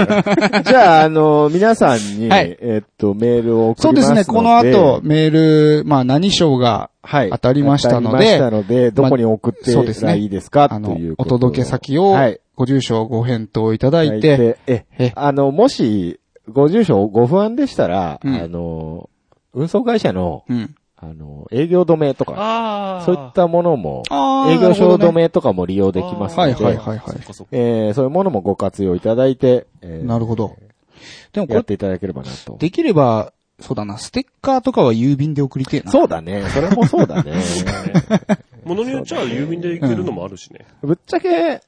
な。
じゃあ、あの、皆さんに、
はい
えっと、メールを送
そう
りま
ですす
ので。
ね、この後、、メール、まあ何章が
はい。
当たりましたので
当たりましたので、どこに送って
そうです
ら
ね
いいですか
あ
と
の
いう、
お
ことを
届け先を
はい、
ご住所をご返答いただい
書
て、
え
え、
あの、もし、ご住所ご不安でしたら、
うん
あの、運送会社の、
うん。
あの、営業止めとか、
あ
そういったものも、
あ
営業証止。めとかも利用できますの
はい
で、
はいはいは
そっ
い。
かそっか
えーそういうものもご活用いただいて、えー
なるほど。でもこ
やっ
れ、
ていただければなと。
できれば、そうだな、ステッカーとかは郵便で送りてえな。
そうだね。それもそうだ ね。
ものによっちゃ郵便で行けるのもあるしね。
ぶっちゃけ、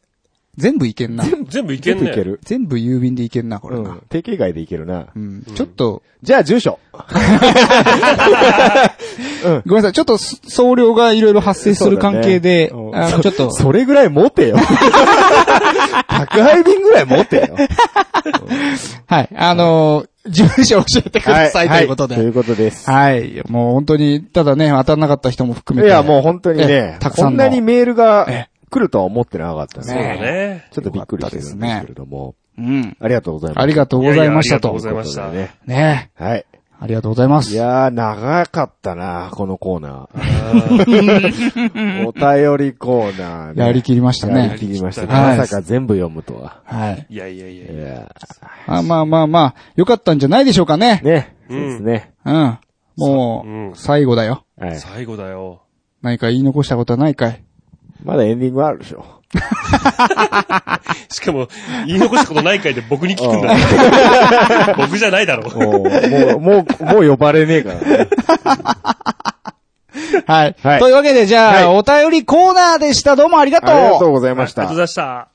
全部いけんな。
全部行け
全
ん
部
ね。
いける。
全部郵便でいけんな、これ
う
な。
ん。定型外でいけるな。
うん。ちょっと、
じゃあ、住所。
ごめんなさい、ちょっとす送料がいろいろ発生する関係で、
そうだね
あの、ちょっと、
それぐらい持てよ。 宅配便ぐらい持てよ。
はい、あのー、住所を教えてくださいということ
はとい
で。
うことです。
はい、もう本当に、ただね、当たんなかった人も含
い
めて。
や、もう本当に
え
ね
え、たくさ
こ
んの
んなにメールが
え
来るとは思ってなかった
そうだ
ね。
ね。
ちょっとびっくりしてるんですけれども。
うん。
ありがとうございます。
ありがとうございましたと。
いやいやありがとうございました
ということでね
ね
はい。
ありがとうございま
い
す。
やー、長かったな、このコーナー。 お便りコーナーね。
やりきりました
やり
ね。
きりましたね。
は
ま
い
さか全部読むとは。
はい。
いやいやいや
い
いや。
や
あまあまあまあ、よかったんじゃないでしょうかね
ー。ね。
う
そうんですね。
うん。も
うん
う、最後だよ。
はい。
最後だよ。
何か言い残したことはないかい
まだエンディングあるでしょ。
しかも、言い残したことない回で僕に聞くんだね。 僕じゃないだろう。
もう、もう、もう呼ばれねえから ね。
はい。
はい
というわけで、じゃあ、お便りコーナーでした。どうもありがとう。
ありがとうございまし
ありがと
た
うご。ざいました。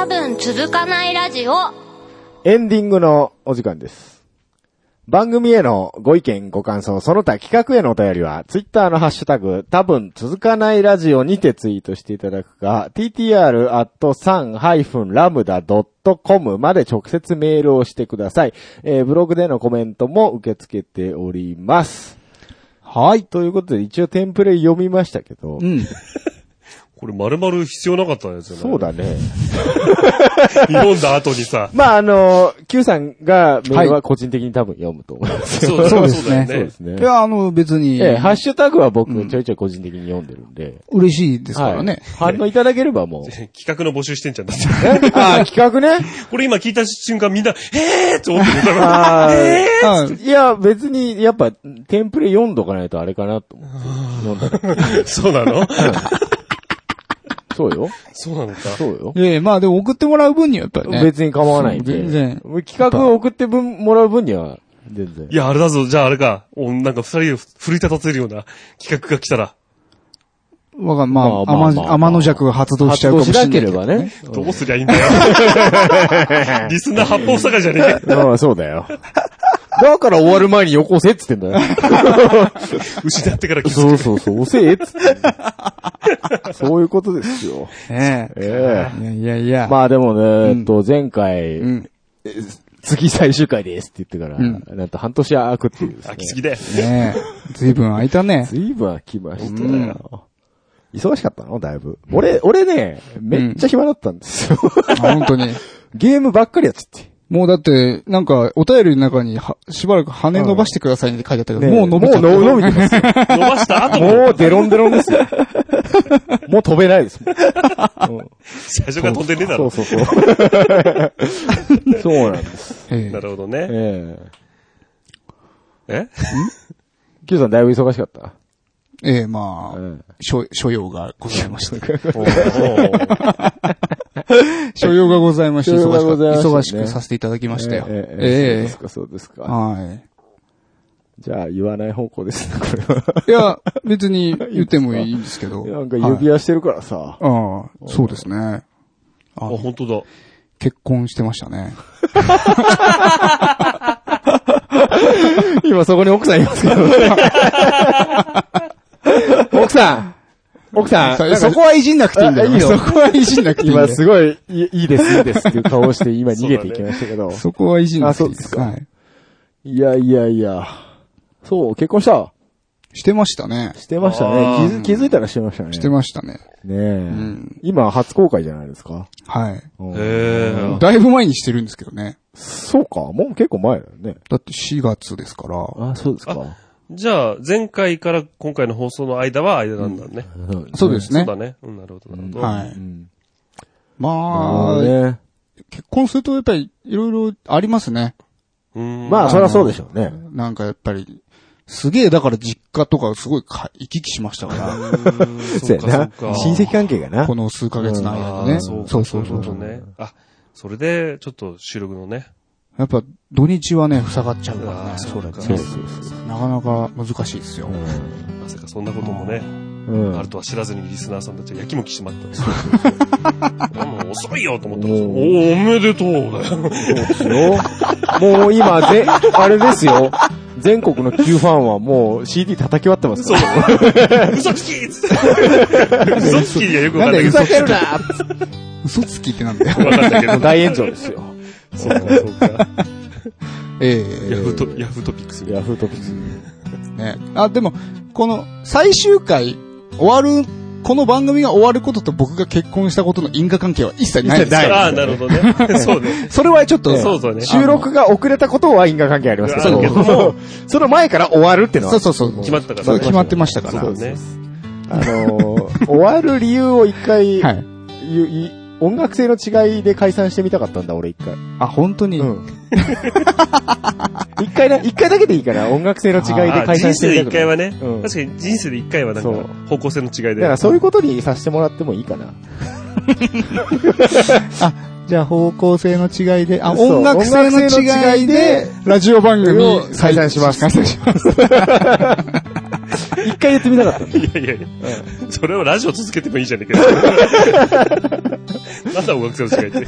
多分続かないラジオ
エンディングのお時間です。番組へのご意見、ご感想、その他企画へのお便りは、ツイッターのハッシュタグ、多分続かないラジオにてツイートしていただくか、ttr.san-lambda.com まで直接メールをしてください。えーブログでのコメントも受け付けております。
はい。
ということで、一応テンプレ読みましたけど、
うん。
これ丸々必要なかったやつよね。
そう。だね。
読んだ後にさ。
まあ、あの、Q さんがメールは個人的に多分読むと思います。
そうだ
そう
よ
ですね
そうだよ
すね
いや、あの、別に、
ええ、ハッシュタグは僕ちょいちょい個人的に読んでるんで。
嬉しいですからね。
はい反応いただければもう。
企画の募集してんじゃん。だって
ああ、企画ね。
これ今聞いた瞬間みんな、えーって思ってるから。
ああ、
あ
いや、別に、やっぱ、テンプレ読んどかないとあれかなと思って。読んだら
そうなの
そうよ。
そうなのか。
そうよ。
ええまあでも送ってもらう分にはやっぱりね。
別に構わないんで。
全然
企画を送って分もらう分には、全然
い。や、あれだぞ。じゃああれか。おなんか二人を奮い立たせるような企画が来たら、
わが、まあ、
まあまあ
天
まあ
の天の弱が発動しちゃ
発
うか
動
もし
し
れな
な
い。
ければね。
どうすりゃいいんだよ。リスナー八方坂じゃねえか。
うん、そうだよ。 だから終わる前によこせっつってんだよ。
失ってから気づ
そうそう そう、遅えっつってんだよ。そういうことですよ。
ねえ。
え
いやいやいや。
え。まあでもね、
ん
えっと、前回、
うん。
次最終回ですって言ってから、
うん
なんと半年空くっていうです
く。
ね
飽きすぎだよ。
ねえ。随分空いたね。
随分空きましたよ。忙しかったのだいぶ。俺、俺ね、めっちゃ暇だったんですよ。
あ本当に。
ゲームばっかりやっちゃって。
もうだって、なんか、お便りの中には、しばらく羽伸ばしてくださいって書いてあったけど、
ね
もう伸びちゃった。
もう伸びて ますよ。
伸ばした後も、
もうデロンデロンですよ。もう飛べないですもん。
最初から飛んでねえだ
そ
ろ
う。そうそう。そうなんです。
ええ
なるほどね。
ええ。
え
Q さんだいぶ忙しかった。
ええ、ま
え
あ、所所用がございました。
おー
所用がございまして、
所用がご
忙
ざいまし
した
ね
く、忙しくさせていただきましたよ。
ええええそうで
え
すか、そうです
え。
か。
はい。
じゃあ言わない方向ですね、これは。
いや、別に言ってもいいんですけ ど。
なんか指
輪。
輪してるからさ。
ああ、そうです ね。
あ、
あ
本当だ。
結婚してましたね。
今そこに奥さんいますけ ど。奥さん奥さん
そこはいじんなくていいんだ
あいい
よ。
の
そこはいじんなくていいんだ
今
よ。
すごい、いいいです、いいですっていう顔をして 今逃げていきましたけど。
そこはいじんなくていい
あそうで
で
す
す。
か
はい。
いやいやいや。そう、結婚した
してましたね。
してました
あ
ね。気づ
ー
気づいたらしてましたね。
してましたね。
ねえ、
ん
今初公開じゃないですか。
はい。
うん
え
だいぶ前にしてるんですけどね。
そうか、もう結構前だよね。
だって4月ですから。
あ、そうです
か。じゃあ、前回から今回の放送の間は間なんだね。
そうです
そう
ね。
だね。うん、なるほど、なるほど。
は
う
い。
ん。
ま
まあ
あ、
ね。
結婚するとやっぱりいろいろありますね。
うん
まあ、そりゃそうでしょうね。
なんかやっぱり、すげえだから実家とかすごいか行き来しましたか
そうやな。親戚関係が
ら、
な
こ。の数ヶ月の
あ
間
あ
でね。
そう
そう
そ
そうう
そ
そうう
そ
そうう。
ね。あ、それで、ちょっと収録のね。
やっぱ土日はね、塞がっちゃうから
あ
ね。
あそうだ
そうそうそう。
なかなか難しいですよ。
まさかそんなこともね、
うん。
あるとは知らずにリスナーさんたちはやきもきしまったんですよ。あもう遅いよと思ったら、お
うん
お、おめでとうだよ。
よ。もう今、ぜ、あれですよ。全国の Q ファンはもう CD 叩き割ってます
そ
か
う
ら。。
嘘つきっつって。嘘つきにはよくわかんないけど。
嘘つき嘘つきってなんだよ。
わ かんないけど。
大炎上ですよ。
そうか、そうか。
え
ヤフート、ヤフートピックスみたい
ヤフートピックス。
えね。あ、でも、この最終回終わる、この番組が終わることと僕が結婚したことの因果関係は一切ないです
一切
な。ああ、なるほどね。そうね。
それはちょっと、
そうだね。
収録が遅れたことは因果関係ありますけ
そう
ど、その前から終わるってのは
そうそうそう。
決まったから
そう決まってましたか
そ
ら
う。ね。
あのー、終わる理由を一回、
はい。
ゆい音楽性の違いで解散してみたかったんだ、俺一回。
あ、本当に。
うん。一回な、一回だけでいいから、音楽性の違いで
あ
解散
人
し
生
てみたく
で一回
ない
はね、
うん
確かに人生で一回はなん
そう
か、方向性の違い
だ
で。
からそういうことにさせてもらってもいいかな。
じゃあ方向性の違いで、あ、
そう
音楽性の違いで、ラジオ番組
を解散します
解散します。
一回やってみたかったんだ。
いやいやいや、それをラジオ続けてもいいじゃねえかよ。なんだ音楽性の違いって。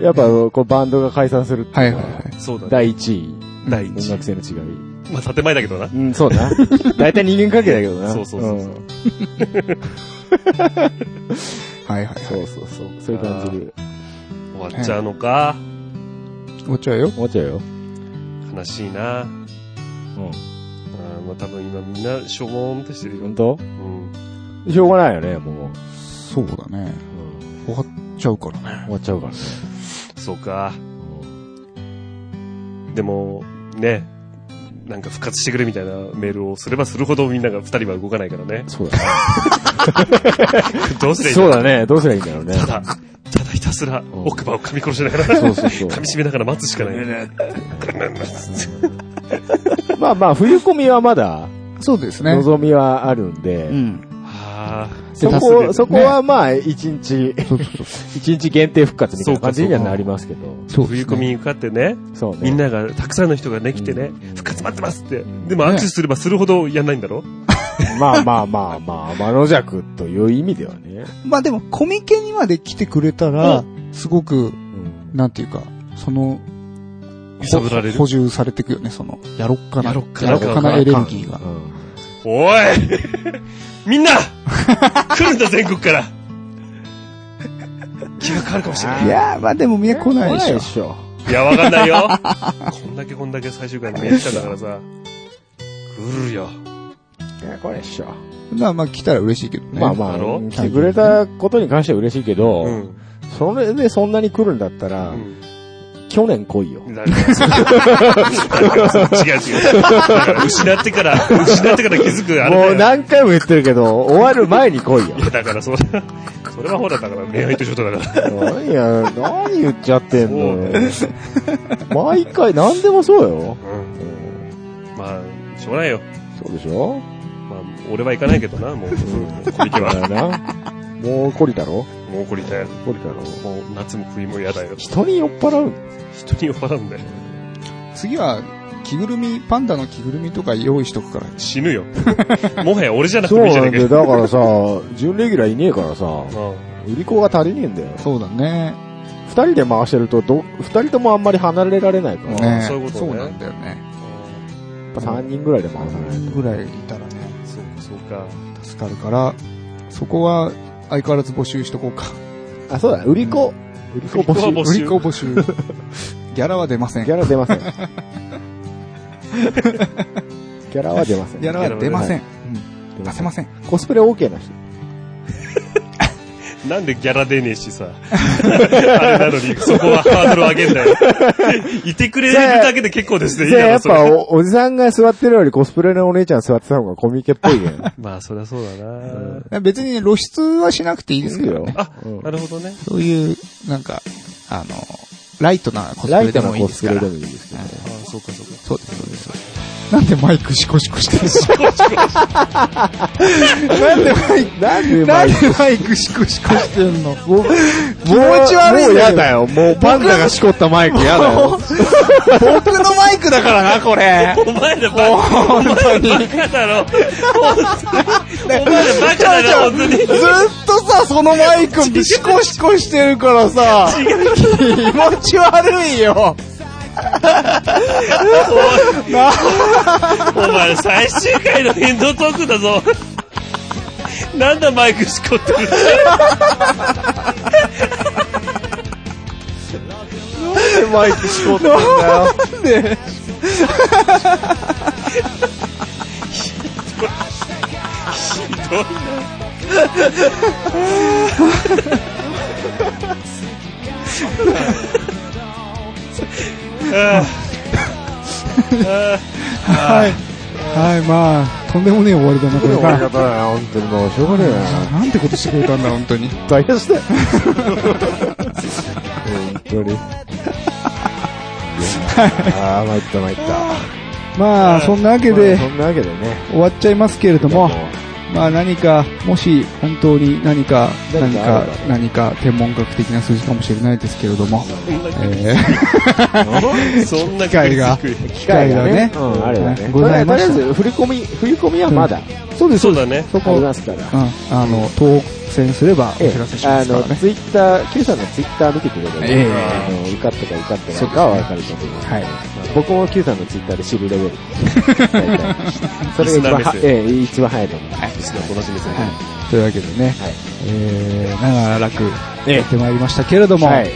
やっぱ、こう、バンドが解散するって
は
いう
い
の
はい
は
はい。
そうだね。
第一位。
第
音
一。
楽性の違い。
まあ、建前だけどな。
うん、そうな。大体人間関係だけどな。
そうそうそうそうん
はいはいは
そうそうそう。そういう感じで。
終わっちゃうのか。
い。お茶よ。
思っちゃうよ。
悲しいな。うん。まあ、多分今みんな、しょぼーんとしてるよ
本。当
うん。
しょうがないよね、もう。
そうだね。
うん
終わっちゃうからね。
終わっちゃうからね。。
そうか。でも、ね、なんか復活してくれみたいなメールをすればするほどみんなが二人は動かないからね
そうだね。
どうすればいい
そうだね。どうすりゃいいんだろうね。
ただ、ただひたすら奥歯を噛み殺しながら、
そうそうそう。
噛み締めながら待つしかない。
まあまあ、冬込みはまだ、
そうですね。
望みはあるんで、
うん。
ああ、
そ
手助け
こ、
で
そこはまあ、一日、
そうそうそ
一日限定復活みたいな感じにはなりますけど、
う。
冬込みに受かってね、
そうね。
みんなが、たくさんの人がね、来てね、復活待ってますって。でも握手すればするほどやんないんだろ
まあまあまあまあ、天の弱という意味ではね。
まあでも、コミケにまで来てくれたら、すごく、
うん
なんていうか、その、
揺さぶられる
補。充されていくよね、その、やろっかな。
やろっか
や
な
ろっかなエネルギー
う
が。
ん
おいみんな来るんだ全国から気が変わるかもしれない
い。やー、まあでも見え来ないでしょ。
しょ。
いや、わかんないよ。こんだけこんだけ最終回の見えてたんだからさ。来るよ。
いや、これでしょ。
まあまあ来たら嬉しいけどね。
まあま
だ
あ
ろ、
来てくれたことに関しては嬉しいけど、
うん。
それでそんなに来るんだったら、
う
去年来いよ。
ん。だから違う違う。だから失ってから、失ってから気づくあれだ
もう
よ。
何回も言ってるけど、終わる前に来 いよ。
だからそう、それはほら、だから恋愛と一緒だから。
何や、何言っちゃってんのよ
そ。
毎回何でもそうよ。
うん。
うん
まあ、しょうがないよ。
そうでしょ
まあ、俺は行かないけどな、もう。懲りては。
だな。もう懲りだろ
もう懲りたよ。
懲りだろ
もう夏も冬も嫌だよ。
人に酔っ払う
人に酔っ払うんだよ。
次は、着ぐるみ、パンダの着ぐるみとか用意しとくから。
死ぬよ。もはや俺じゃなく
そ
て
う
もいいじゃ
な
ね
ん
えか
だよ。
よ。
だからさ、準レギュラーいねえからさ、売り子が足りねえんだよ。
そうだね。
二人で回してるとど、二人ともあんまり離れられないから、
あ
やっ
ー
ね
そういうことね
そうなんだよね。
う
ぱ三人ぐらいで回さない
ぐらいいたらね、
んそうか、そうか。
助かるから、そこは相変わらず募集しとこうか。
と。あ、そうだ、売り子。売り子募
売り
集。
子は募集
売り子募 集。ギャラは出ません。
ギ
ギ
ャラ出ま せん。ギャラは出ません。
ャラは出ません。
出
出
ま
せ
せん
ません。
コスプレ OK な人。
なんでギャラ出ねえし さ。あれなのに、そこはハードル上げんだよ。いてくれるだけで結構ですね。いい
じゃあや
だろ
っ
それ
ぱお、おじさんが座ってるよりコスプレのお姉ちゃん座ってた方がコミケっぽいね。
まあ、そりゃそうだな。
別にね露出はしなくていいです
いい
けど
よ
ね。。
あ
うん、
なるほどね。
そういう、なんか、あの、ライトなコスプ
ラ
レ
イ
で
ト
も
ない
い
コ
で
ス
す
プレ
から。
でもいいですけど。
あそうか、そうか。
そうです、そうですそうです。なんでマイクシコシコしてるしなんでマイク、
なんで
な
マ
ん
イ
で
ク
マイクシコシコしてんの
もう、気持
ち悪いんだ
もうや
けど
だよ。もうパンダがしこったマイクやだよ。
僕のマイクだからな、これ。
お前らバカ、お前らバカ だろ。お前らバカだろ、本当に。
ずっとさ、そのマイクシコシコしてるからさ、気持ち悪いよ。
お前ら最終回の変動トークだぞ。なんだマイクしこってる
マイクしこったんだよ。
ひどいな。ああ
はい。はい、まあ、とんでもねえ終わりだな、これ
終わり
が。
方だな、本当にもうしょうがねえな。
なんてことしてくれたんだ、本当に。
大変だよ。本当に。ああ、参った参った。
まあ、そんなわけで
まあそんなわけでね。
終わっちゃいますけれども、まあ何か、もし本当に何か、
何
何
かあ
か
ればね、
何か天文学的な数字かもしれないですけれども、え
そんな
機会が
低い
機
会がね
うん、あれだね。
ございました
とりあえず、振り込み、振り込みはまだ、
ー、そうです、
そうだね。
そ
あ
こ、
り
うん、あ
ますから。
の、当選すればお知らせしま
あ
すから
の、
ね。
ツイッター、Q さんのツイッター見てくれれば、
ええ
あの受かったか受かってないかは分かると思います。
はい。
僕も Q さんのツイッターで知るレベル。大体それが一番は
リスナー目、線
ええ、一番早いと思います。
お楽しみですね。
というわけでね、
はい
えー、長らくやってまいりましたけれども、
はい。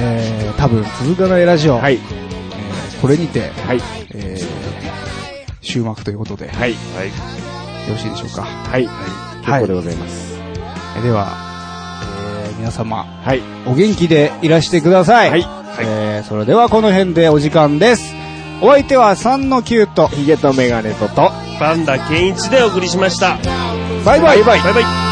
えー、多分続かないラジオ、
はい。
えーこれにて、
はい。
えー、終幕ということで、よ
はい。
はい。
ろしいでしょうか。
はい。結構でございます。
えーでは、えー、皆様、
はい。
お元気でいらしてください。
はい
えー、それではこの辺でお時間です。お相手は3の9と、
ヒゲとメガネとと、
パンダケンイチでお送りしました。
バイバイ
バイバイ。